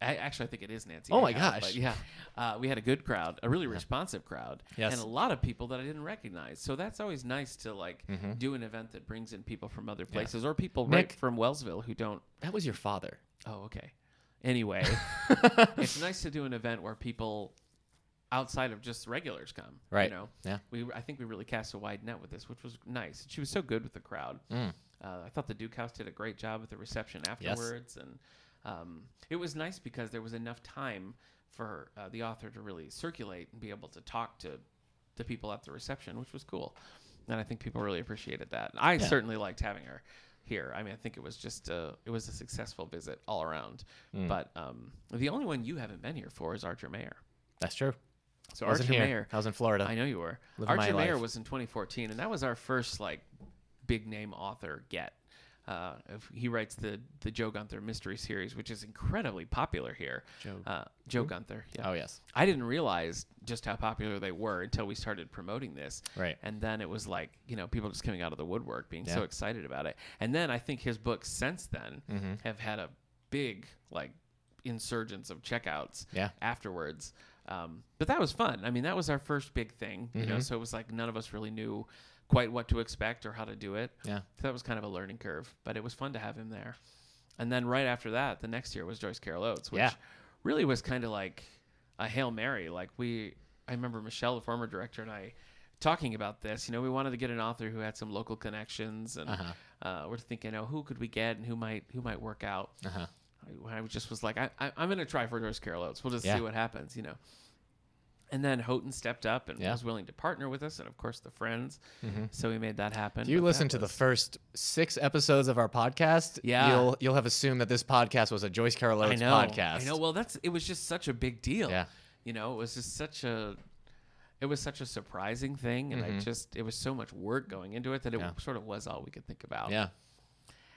B: I actually I think it is Nancy.
A: Oh my
B: Ahern, but
A: gosh.
B: yeah, uh, we had a good crowd, a really responsive crowd,
A: Yes.
B: and a lot of people that I didn't recognize. So that's always nice to like do an event that brings in people from other places or people right
A: Mm-hmm. Nick-
B: from Wellsville who don't.
A: That was your father.
B: Oh, okay. Anyway, it's nice to do an event where people outside of just regulars come.
A: Right.
B: You know.
A: Yeah.
B: We I think we really cast a wide net with this, which was nice. She was so good with the crowd. Uh, I thought the Duke House did a great job with the reception afterwards, and um, it was nice because there was enough time for uh, the author to really circulate and be able to talk to the people at the reception, which was cool. And I think people really appreciated that. I certainly liked having her here. I mean, I think it was just a, it was a successful visit all around. But um, the only one you haven't been here for is Archer Mayer.
A: That's true.
B: So
A: I was in
B: Archer
A: here.
B: Mayer,
A: I was in Florida.
B: I know you were.
A: Living my
B: Archer Mayer
A: life.
B: was in 2014, and that was our first like big name author get. Uh, if- he writes the the Joe Gunther mystery series, which is incredibly popular here. Joe, uh, Joe Gunther. Yeah.
A: Oh, yes.
B: I didn't realize just how popular they were until we started promoting this.
A: Right.
B: And then it was like, you know, people just coming out of the woodwork being so
A: Yeah.
B: excited about it. And then I think his books since then
A: Mm-hmm.
B: have had a big, like, insurgence of checkouts
A: Yeah.
B: afterwards. Um, but that was fun. I mean, that was our first big thing, you
A: Mm-hmm.
B: know, so it was like none of us really knew quite what to expect or how to do it.
A: Yeah.
B: So that was kind of a learning curve, but it was fun to have him there. And then right after that, the next year was Joyce Carol Oates, which
A: Yeah.
B: really was kind of like a Hail Mary. Like we, I remember Michelle, the former director, and I talking about this. You know, we wanted to get an author who had some local
A: Uh-huh. Uh-huh.
B: connections, and uh we're thinking, oh, who could we get and who might who might work out. I, I just was like, I, I, I'm gonna try for Doris Carol Oates. We'll just
A: Yeah.
B: see what happens, you know. And then Houghton stepped up and
A: Yeah.
B: was willing to partner with us, and of course the friends. So we made that happen.
A: If you
B: but
A: listen
B: that
A: to the
B: was-
A: first six episodes of our podcast,
B: Yeah.
A: you'll you'll have assumed that this podcast was a Joyce Carol
B: I
A: Oates
B: know,
A: podcast.
B: I know. Well, that's it was just such a big deal.
A: Yeah.
B: You know, it was just such a it was such a surprising thing and I just it was so much work going into it that it
A: Mm-hmm. Yeah.
B: sort of was all we could think about.
A: Yeah.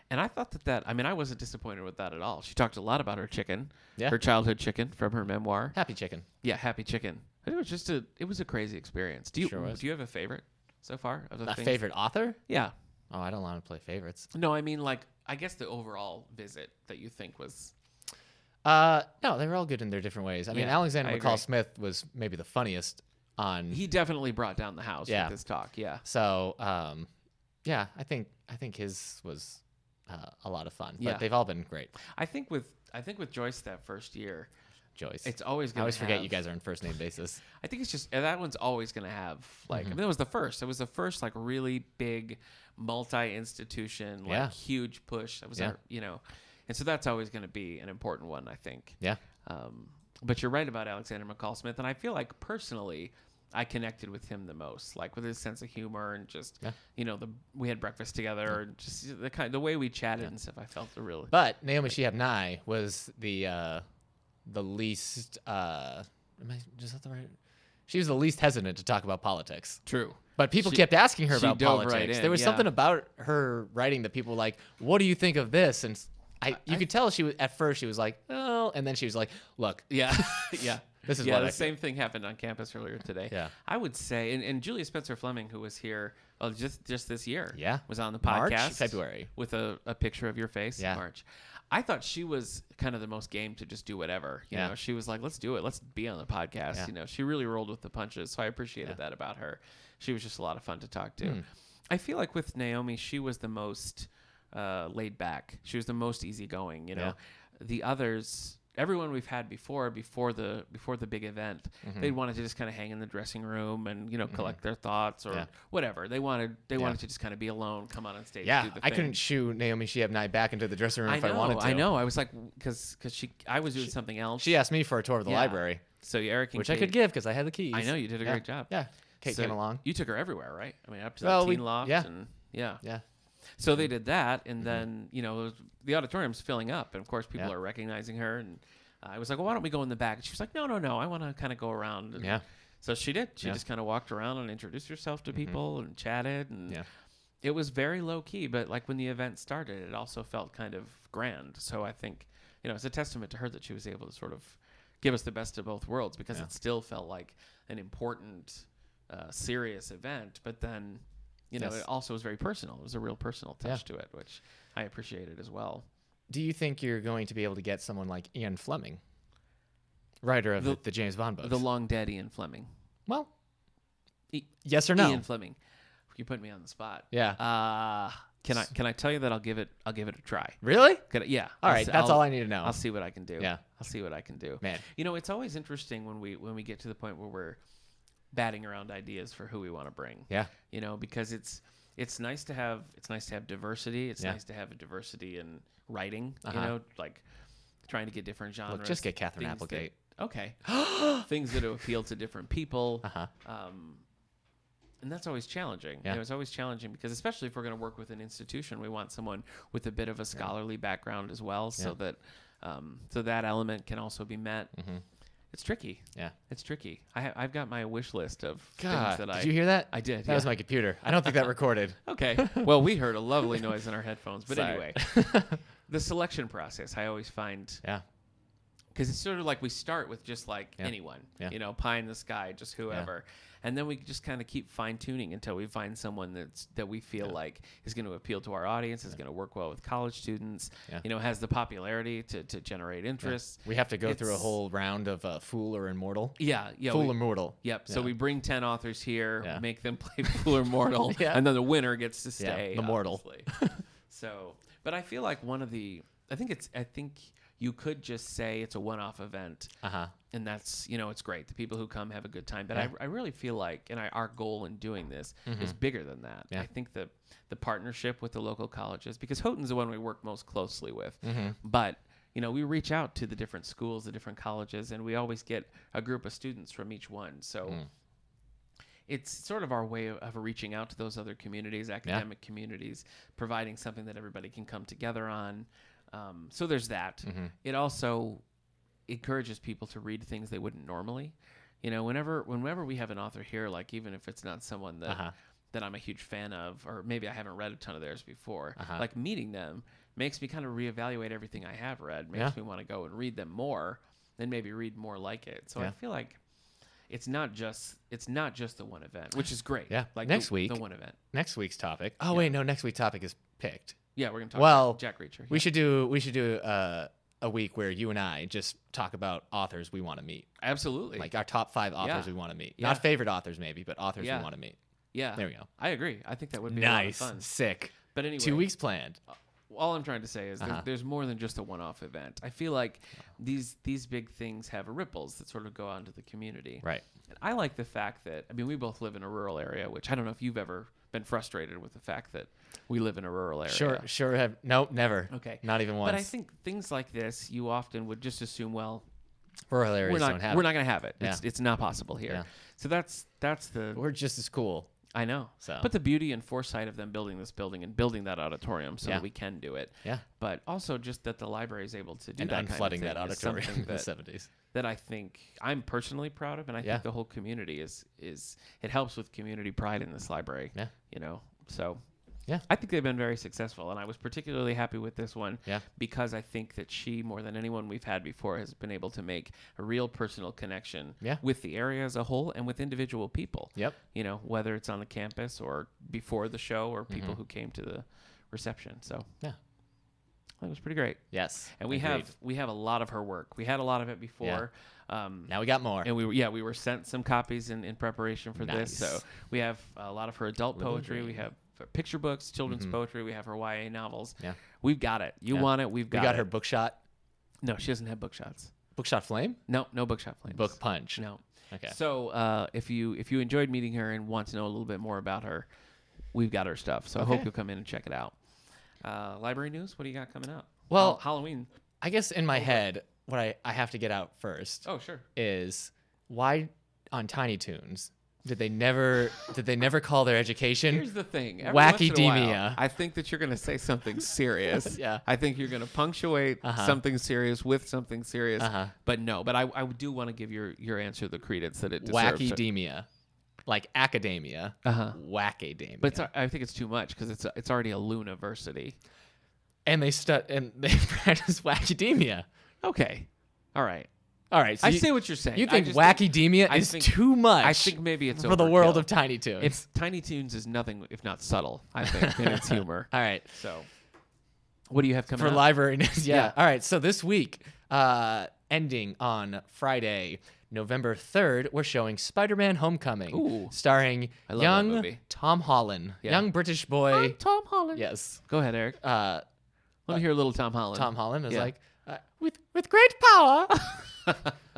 B: And I thought that that I mean I wasn't disappointed with that at all. She talked a lot about her chicken,
A: Yeah.
B: her childhood chicken from her memoir.
A: Happy chicken.
B: Yeah, Happy Chicken. It was just a it was a crazy experience. Do you
A: Sure was.
B: do you have a favorite so far of the
A: A
B: things-
A: favorite author?
B: Yeah.
A: Oh, I don't want to play favorites.
B: No, I mean like I guess the overall visit that you think was
A: Uh, no, they were all good in their different ways. I mean,
B: Yeah,
A: Alexander
B: I
A: McCall
B: agree.
A: Smith was maybe the funniest on.
B: he definitely brought down the house
A: Yeah.
B: with his talk. Yeah.
A: so, um, yeah, I think I think his was uh, a lot of fun. But
B: Yeah.
A: they've all been great.
B: I think with I think with Joyce that first year,
A: Joyce,
B: it's always
A: I
B: gonna.
A: always forget
B: have-
A: you guys are on first name basis.
B: I think it's just and that one's always gonna have like
A: Mm-hmm.
B: I mean that was the first. It was the first like really big multi-institution like
A: Yeah.
B: huge push. That was
A: Yeah.
B: our you know, and so that's always gonna be an important one I think.
A: Yeah,
B: Um, but you're right about Alexander McCall Smith, and I feel like personally, I connected with him the most, like with his sense of humor and just
A: Yeah.
B: you know the we had breakfast together and just the kind the way we chatted and stuff. I felt a real
A: but Naomi Shihab Nye was the uh, the least. Uh, am I is that the right? She was the least hesitant to talk about politics.
B: true.
A: But people
B: She-
A: kept asking her
B: she
A: about
B: dove right
A: politics.
B: in,
A: there was
B: yeah.
A: something about her writing that people were like, "What do you think of this?" And s- I, you could tell she was at first she was like, "Oh," and then she was like, "Look,
B: Yeah, yeah.
A: This is
B: yeah.
A: what
B: the
A: I feel.
B: same thing happened on campus earlier today.
A: Yeah.
B: I would say, and, and Julia Spencer Fleming, who was here oh, just just this year,
A: Yeah.
B: was on the
A: March,
B: podcast
A: February.
B: with a, a picture of your face.
A: Yeah.
B: in March. I thought she was kind of the most game to just do whatever. You
A: Yeah.
B: know, she was like, "Let's do it. Let's be on the podcast."
A: Yeah.
B: You know, she really rolled with the punches. So I appreciated that about her. She was just a lot of fun to talk
A: Hmm.
B: to. I feel like with Naomi, she was the most uh, laid back. She was the most easygoing. You know,
A: Yeah.
B: the others everyone we've had before before the before the big event
A: Mm-hmm.
B: they wanted to just kind of hang in the dressing room and you know collect their thoughts or
A: Yeah.
B: whatever they wanted they wanted to just kind of be alone come on on stage
A: yeah,
B: do the
A: I
B: thing.
A: couldn't shoo Naomi Shihab Nye back into the dressing room
B: I
A: if
B: know
A: I wanted to."
B: I know I was like because because she I was doing something else
A: She asked me for a tour of the
B: Yeah.
A: library,
B: so Eric and
A: which I could
B: Kate-
A: give because I had the keys.
B: I know you did a
A: Yeah.
B: great job
A: Yeah, Kate
B: So
A: came along.
B: you took her everywhere right I mean up to
A: Well,
B: the
A: we-
B: teen loft
A: yeah.
B: and yeah Mm-hmm.
A: Yeah,
B: so they did that, and then you know the auditorium's filling up, and of course people
A: Yeah.
B: are recognizing her. And I was like, well, "Why don't we go in the back?" And she was like, "No, no, no, I want to kind of go around." And
A: Yeah.
B: So she did. She
A: Yeah.
B: just kind of walked around and introduced herself to people and chatted, and
A: Yeah.
B: it was very low key. But like when the event started, it also felt kind of grand. So I think you know it's a testament to her that she was able to sort of give us the best of both worlds because it still felt like an important, uh, serious event, but then. You know,
A: Yes.
B: it also was very personal. It was a real personal touch to it, which I appreciated as well.
A: Do you think you're going to be able to get someone like Ian Fleming, writer of the, the James Bond books?
B: The long dead Ian Fleming.
A: well,
B: I-
A: yes or no?
B: Ian Fleming. You put me on the spot.
A: yeah.
B: Uh, can I can I tell you that I'll give it I'll give it a try.
A: really?
B: Could I- yeah.
A: All
B: I'll
A: right,
B: s-
A: that's
B: I'll-
A: all I need to know.
B: I'll see what I can do.
A: Yeah.
B: I'll see what I can do.
A: Man.
B: You know, it's always interesting when we when we get to the point where we're batting around ideas for who we want to bring.
A: Yeah.
B: You know, because it's it's nice to have it's nice to have diversity. It's
A: Yeah.
B: nice to have a diversity in writing, you
A: Uh-huh.
B: know, like trying to get different genres.
A: just get Catherine
B: things that-
A: Applegate.
B: okay. things that appeal to different people.
A: Uh-huh.
B: Um and that's always challenging.
A: Yeah.
B: You know, it's always challenging because especially if we're going to work with an institution, we want someone with a bit of a scholarly background as well, so that um, so that element can also be met.
A: Mm-hmm.
B: It's tricky.
A: Yeah.
B: It's tricky. I ha- I've got my wish list of
A: God,
B: things that
A: did
B: I
A: you hear that?
B: I did.
A: That was
B: yeah.
A: my computer. I don't think that recorded.
B: okay. Well, we heard a lovely noise in our headphones, but
A: Sorry.
B: anyway, the selection process I always find
A: yeah.
B: because it's sort of like we start with just like
A: Yeah.
B: anyone,
A: Yeah.
B: you know, pie in the sky, just whoever, and then we just kind of keep fine tuning until we find someone that's that we feel like is going to appeal to our audience, is going to work well with college students,
A: Yeah.
B: you know, has the popularity to to generate interest.
A: We have to go through a
B: It's-
A: whole round of uh, Fool or Immortal.
B: yeah, yeah,
A: Fool
B: we-
A: or Mortal.
B: Yep. So
A: Yeah.
B: we bring ten authors here,
A: Yeah.
B: make them play Fool or Mortal,
A: Yeah.
B: and then the winner gets to
A: Yeah,
B: stay.
A: the mortal.
B: obviously. so, but I feel like one of the, I think it's, I think you could just say it's a one-off event,
A: Uh huh.
B: and that's you know it's great. The people who come have a good time, but
A: Yeah. Mm-hmm.
B: I, I really feel like, and I, our goal in doing this is bigger than that.
A: Yeah.
B: I think the
A: Mm-hmm.
B: the partnership with the local colleges, because Houghton's the one we work most closely with, but you know, we reach out to the different schools, the different colleges, and we always get a group of students from each one. So
A: Mm.
B: it's sort of our way of, of reaching out to those other communities, academic communities, providing something that everybody can come together on. Um, so there's that.
A: Mm-hmm.
B: It also encourages people to read things they wouldn't normally. You know, whenever whenever we have an author here, like even if it's not someone that
A: Uh-huh.
B: that I'm a huge fan of, or maybe I haven't read a ton of theirs before,
A: Uh-huh.
B: like meeting them makes me kind of reevaluate everything I have read. Makes me want to go and read them more, and maybe read more like it. So I feel like it's not just it's not just the one event, which is great.
A: Yeah.
B: like
A: Next
B: the,
A: week-
B: the one event.
A: Next week's topic. Oh wait, no. Next week's topic is picked.
B: Yeah, we're gonna talk
A: Well,
B: about Jack Reacher.
A: We
B: yeah.
A: should do. We should do uh, a week where you and I just talk about authors we want to meet,
B: absolutely
A: like our top five authors we
B: Yeah.
A: want to meet.
B: Yeah.
A: Not favorite authors, maybe, but authors
B: Yeah.
A: we want to meet.
B: yeah.
A: There we go.
B: I agree. I think that would be
A: Nice,
B: a lot of fun.
A: sick.
B: But anyway,
A: Two weeks planned.
B: all I'm trying to say is there's,
A: Uh-huh.
B: there's more than just a one-off event. I feel like these these big things have ripples that sort of go out into the community.
A: Right.
B: And I like the fact that I mean we both live in a rural area, which I don't know if you've ever been frustrated with the fact that we live in a rural area.
A: Sure, sure. Have nope, never.
B: Okay.
A: not even once.
B: But I think things like this, you often would just assume, well,
A: rural areas
B: we're not,
A: don't have.
B: we're
A: it.
B: not going to have it. It's,
A: Yeah.
B: it's not possible here.
A: Yeah.
B: So that's that's the
A: We're just as cool.
B: I know.
A: So-
B: But the beauty and foresight of them building this building and building that auditorium so
A: Yeah.
B: that we can do it.
A: Yeah.
B: But also just that the library is able to do
A: And
B: that
A: unflooding
B: kind
A: that
B: of thing is
A: auditorium
B: something
A: in the
B: that,
A: seventies.
B: that I think I'm personally proud of, and I
A: Yeah.
B: think the whole community is is it helps with community pride in this library.
A: Yeah.
B: You know, so
A: Yeah.
B: I think they've been very successful, and I was particularly happy with this one.
A: Yeah.
B: Because I think that she, more than anyone we've had before, has been able to make a real personal connection
A: Yeah.
B: with the area as a whole and with individual people.
A: Yep.
B: You know, whether it's on the campus or before the show or people
A: Mm-hmm.
B: who came to the reception. So
A: Yeah.
B: that was pretty great.
A: Yes.
B: And we
A: agreed.
B: have we have a lot of her work. We had a lot of it before. Um,
A: now we got more.
B: and we were yeah we were sent some copies in, in preparation for this so
A: Nice.
B: we have a lot of her adult poetry we have her picture books children's poetry we have her ya novels
A: Mm-hmm. Yeah.
B: we've got it you
A: Yeah.
B: want it we've
A: we
B: got,
A: got
B: it.
A: her bookshot,
B: no she doesn't have bookshots
A: bookshot flame,
B: no no bookshot flames
A: book punch.
B: no
A: Okay.
B: so uh, if you if you enjoyed meeting her and want to know a little bit more about her we've got her stuff so i hope
A: Okay.
B: you'll come in and check it out uh, library news what do you got coming up
A: Well-
B: Hall- halloween
A: I guess in my head, what I, I have to get out first
B: oh sure
A: is why on Tiny Toons did they never did they never call their education?
B: Here's the thing. Every
A: Wacky
B: once in a while,
A: demia.
B: I think that you're going to say something serious.
A: Yeah.
B: I think you're going to punctuate something serious with something serious.
A: Uh-huh.
B: But no, but I, I do want to give your, your answer the credence that it deserves.
A: Wackydemia, like academia,
B: Uh-huh.
A: wackademia.
B: But it's, I think it's too much because it's it's already a luniversity.
A: and they stu- and they practice wackademia.
B: Okay. All right.
A: All right, so
B: I
A: you,
B: see what you're saying.
A: you
B: I
A: think
B: just
A: wackydemia
B: I
A: is
B: think-
A: too much?
B: I think maybe it's
A: for the world
B: overkill.
A: of Tiny Toons.
B: If Tiny Toons is nothing if not subtle, I think then it's humor.
A: All right,
B: So, what do you have coming
A: for
B: up?
A: library news. Yeah.
B: Yeah.
A: All right. So this week, uh, ending on Friday, November third, we're showing Spider-Man: Homecoming,
B: Ooh.
A: starring
B: I love that
A: young
B: movie.
A: Tom Holland,
B: Yeah.
A: young British boy.
B: Tom Holland.
A: yes.
B: Go ahead, Eric.
A: Uh,
B: Let me hear a little Tom Holland.
A: Tom Holland is
B: Yeah.
A: like, uh, with with great power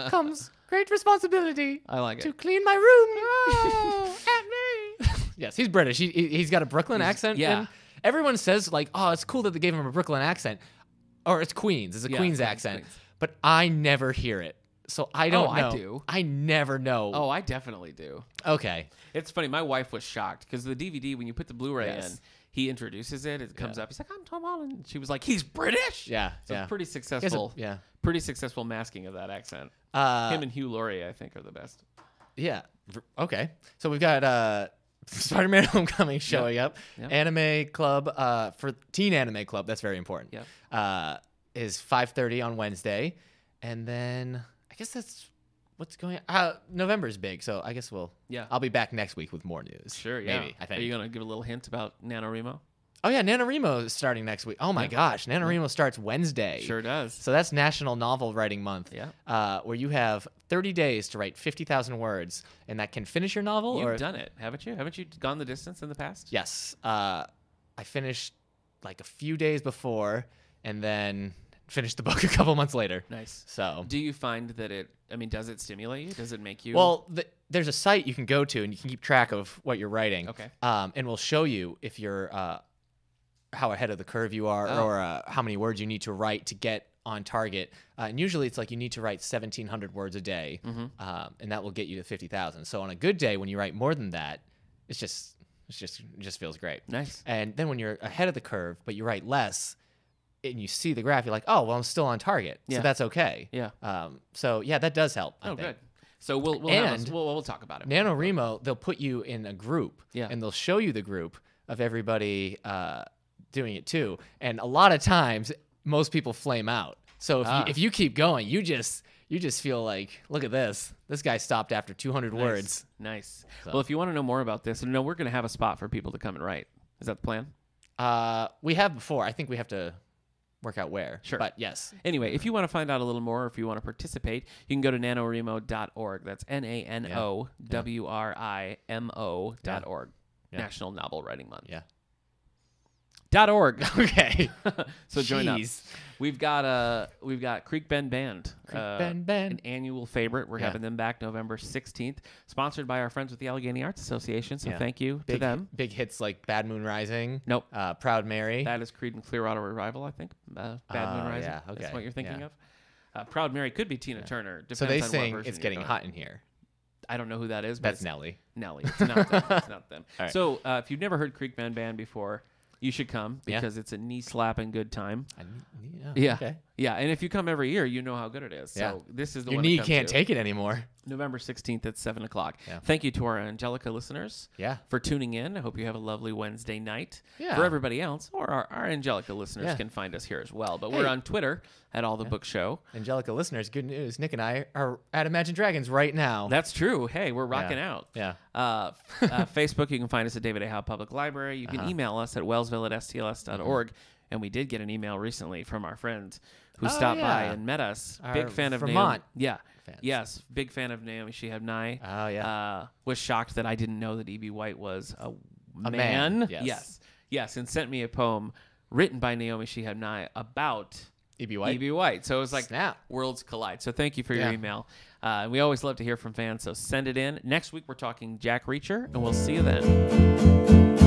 A: comes great responsibility.
B: I like
A: to
B: it.
A: clean my room. at me. Ah. yes, he's British. He, he has got a Brooklyn accent.
B: yeah.
A: and everyone says like, oh, it's cool that they gave him a Brooklyn accent, or it's Queens. It's a
B: Yeah,
A: Queens
B: Queens,
A: accent.
B: Queens.
A: But I never hear it, so I Oh. don't
B: Oh, I
A: know.
B: do.
A: I never know.
B: Oh, I definitely do.
A: okay.
B: It's funny. My wife was shocked because the DVD, when you put the Blu-ray
A: Yes.
B: in, he introduces it. It comes up. He's like, "I'm Tom Holland." She was like, "He's British."
A: Yeah,
B: So
A: yeah.
B: pretty successful.
A: yeah.
B: Pretty successful masking of that accent.
A: Uh,
B: Him and Hugh Laurie, I think, are the best.
A: Yeah. V- Okay. So we've got uh Spider-Man Homecoming showing up.
B: Yep.
A: Anime Club uh for Teen Anime Club, that's very important.
B: Yep.
A: Uh is 5:30 on Wednesday. And then I guess that's what's going Uh November's big, so I guess we'll
B: Yeah.
A: I'll be back next week with more news.
B: Sure. Yeah.
A: Maybe, I think.
B: Are you gonna give a little hint about NaNoWriMo?
A: oh yeah, NaNoWriMo is starting next week. Oh my gosh, NaNoWriMo starts Wednesday.
B: Sure does.
A: So that's National Novel Writing Month,
B: Yeah.
A: uh, where you have 30 days to write 50,000 words, and that can finish your novel or
B: You've done it, haven't you? Haven't you gone the distance in the past?
A: Yes. Uh, I finished like a few days before and then finished the book a couple months later.
B: Nice.
A: So,
B: Do you find that it? I mean, does it stimulate you? Does it make you?
A: well, th- there's a site you can go to and you can keep track of what you're writing.
B: Okay.
A: Um, and will show you
B: Oh.
A: if you're uh, how ahead of the curve you are or uh, how many words you need to write to get on target. Uh, and usually it's like you need to write 1,700 words a day,
B: Mm-hmm.
A: um, and that will get you to 50,000. So on a good day, when you write more than that, it's just it's just it just feels great.
B: Nice.
A: And then when you're ahead of the curve, but you write less, and you see the graph, you're like, oh well, I'm still on target,
B: Yeah.
A: so that's okay.
B: Yeah.
A: Um, so yeah, that does help. I
B: Oh,
A: think.
B: good. So we'll we'll, have
A: And-
B: us, we'll we'll talk about it.
A: NaNoWriMo, they'll put you in a group
B: Yeah.
A: and they'll show you the group of everybody uh, doing it too. And a lot of times, most people flame out. So if,
B: Ah.
A: you, if you keep going, you just you just feel like, look at this. This guy stopped after 200 words.
B: Nice. Well, if you want to know more about this, no, we're going to have a spot for people to come and write. Is that the plan?
A: Uh, we have before. I think we have to work out where.
B: Sure.
A: But yes.
B: Anyway, if you want to find out a little more, or if you want to participate, you can go to nanoremo.org. That's N A N O W R I M O dot org. National Novel Writing Month.
A: Yeah.
B: Dot org.
A: Okay.
B: so join
A: Jeez.
B: us. We've got uh we've got Creek Bend Band. uh,
A: Bend Band.
B: An annual favorite. We're
A: Yeah.
B: having them back November 16th. Sponsored by our friends with the Allegheny Arts Association. So
A: Yeah.
B: thank you to
A: Big,
B: them.
A: big hits like Bad Moon Rising.
B: Nope.
A: Uh, Proud Mary.
B: That is Creed and Clearwater Revival, I think. Uh, Bad Moon
A: Oh,
B: Rising.
A: yeah,
B: That's
A: okay,
B: what you're thinking
A: yeah.
B: of. Uh, Proud Mary could be Tina Turner. Depends
A: so they
B: on what
A: sing
B: version
A: it's
B: you're
A: getting
B: going.
A: hot in here.
B: I don't know who that is. But
A: That's
B: it's
A: Nelly.
B: Nelly. It's not them. it's not them.
A: All right.
B: So uh, if you've never heard Creek Band Band before, you should come
A: Yeah.
B: because it's a knee slapping good time.
A: I,
B: Yeah.
A: Okay.
B: Yeah. And if you come every year, you know how good it is. So
A: Yeah.
B: this is the
A: Your
B: one to
A: knee
B: come
A: can't
B: to.
A: take it anymore.
B: November 16th at 7 o'clock.
A: Yeah.
B: Thank you to our Angelica listeners
A: Yeah.
B: for tuning in. I hope you have a lovely Wednesday night.
A: Yeah.
B: For everybody else, or our, our Angelica listeners
A: Yeah.
B: can find us here as well. But we're
A: Hey.
B: on Twitter at All the Book Show.
A: Angelica listeners, good news. Nick and I are at Imagine Dragons right now.
B: That's true. Hey, we're rocking out.
A: Yeah.
B: Uh, f- uh, Facebook, you can find us at David A. Howe Public Library. You can
A: Uh-huh.
B: email us at wellsville at stls.org. And we did get an email recently from our friends who
A: Mm-hmm. Oh,
B: stopped by
A: yeah.
B: and met us.
A: Our
B: big fan of
A: Vermont
B: Naomi. Yeah.
A: fans.
B: Yes. Big fan of Naomi Shehabnai.
A: Oh, yeah.
B: Uh, was shocked that I didn't know that E.B. White was a,
A: man,
B: Yes.
A: yes.
B: yes. and sent me a poem written by Naomi Shehabnai about
A: E.B. E White.
B: E.B. E White. So it was like
A: Snap.
B: worlds collide. So thank you for your
A: Yeah.
B: email. Uh, we always love to hear from fans, so send it in. Next week we're talking Jack Reacher, and we'll see you then.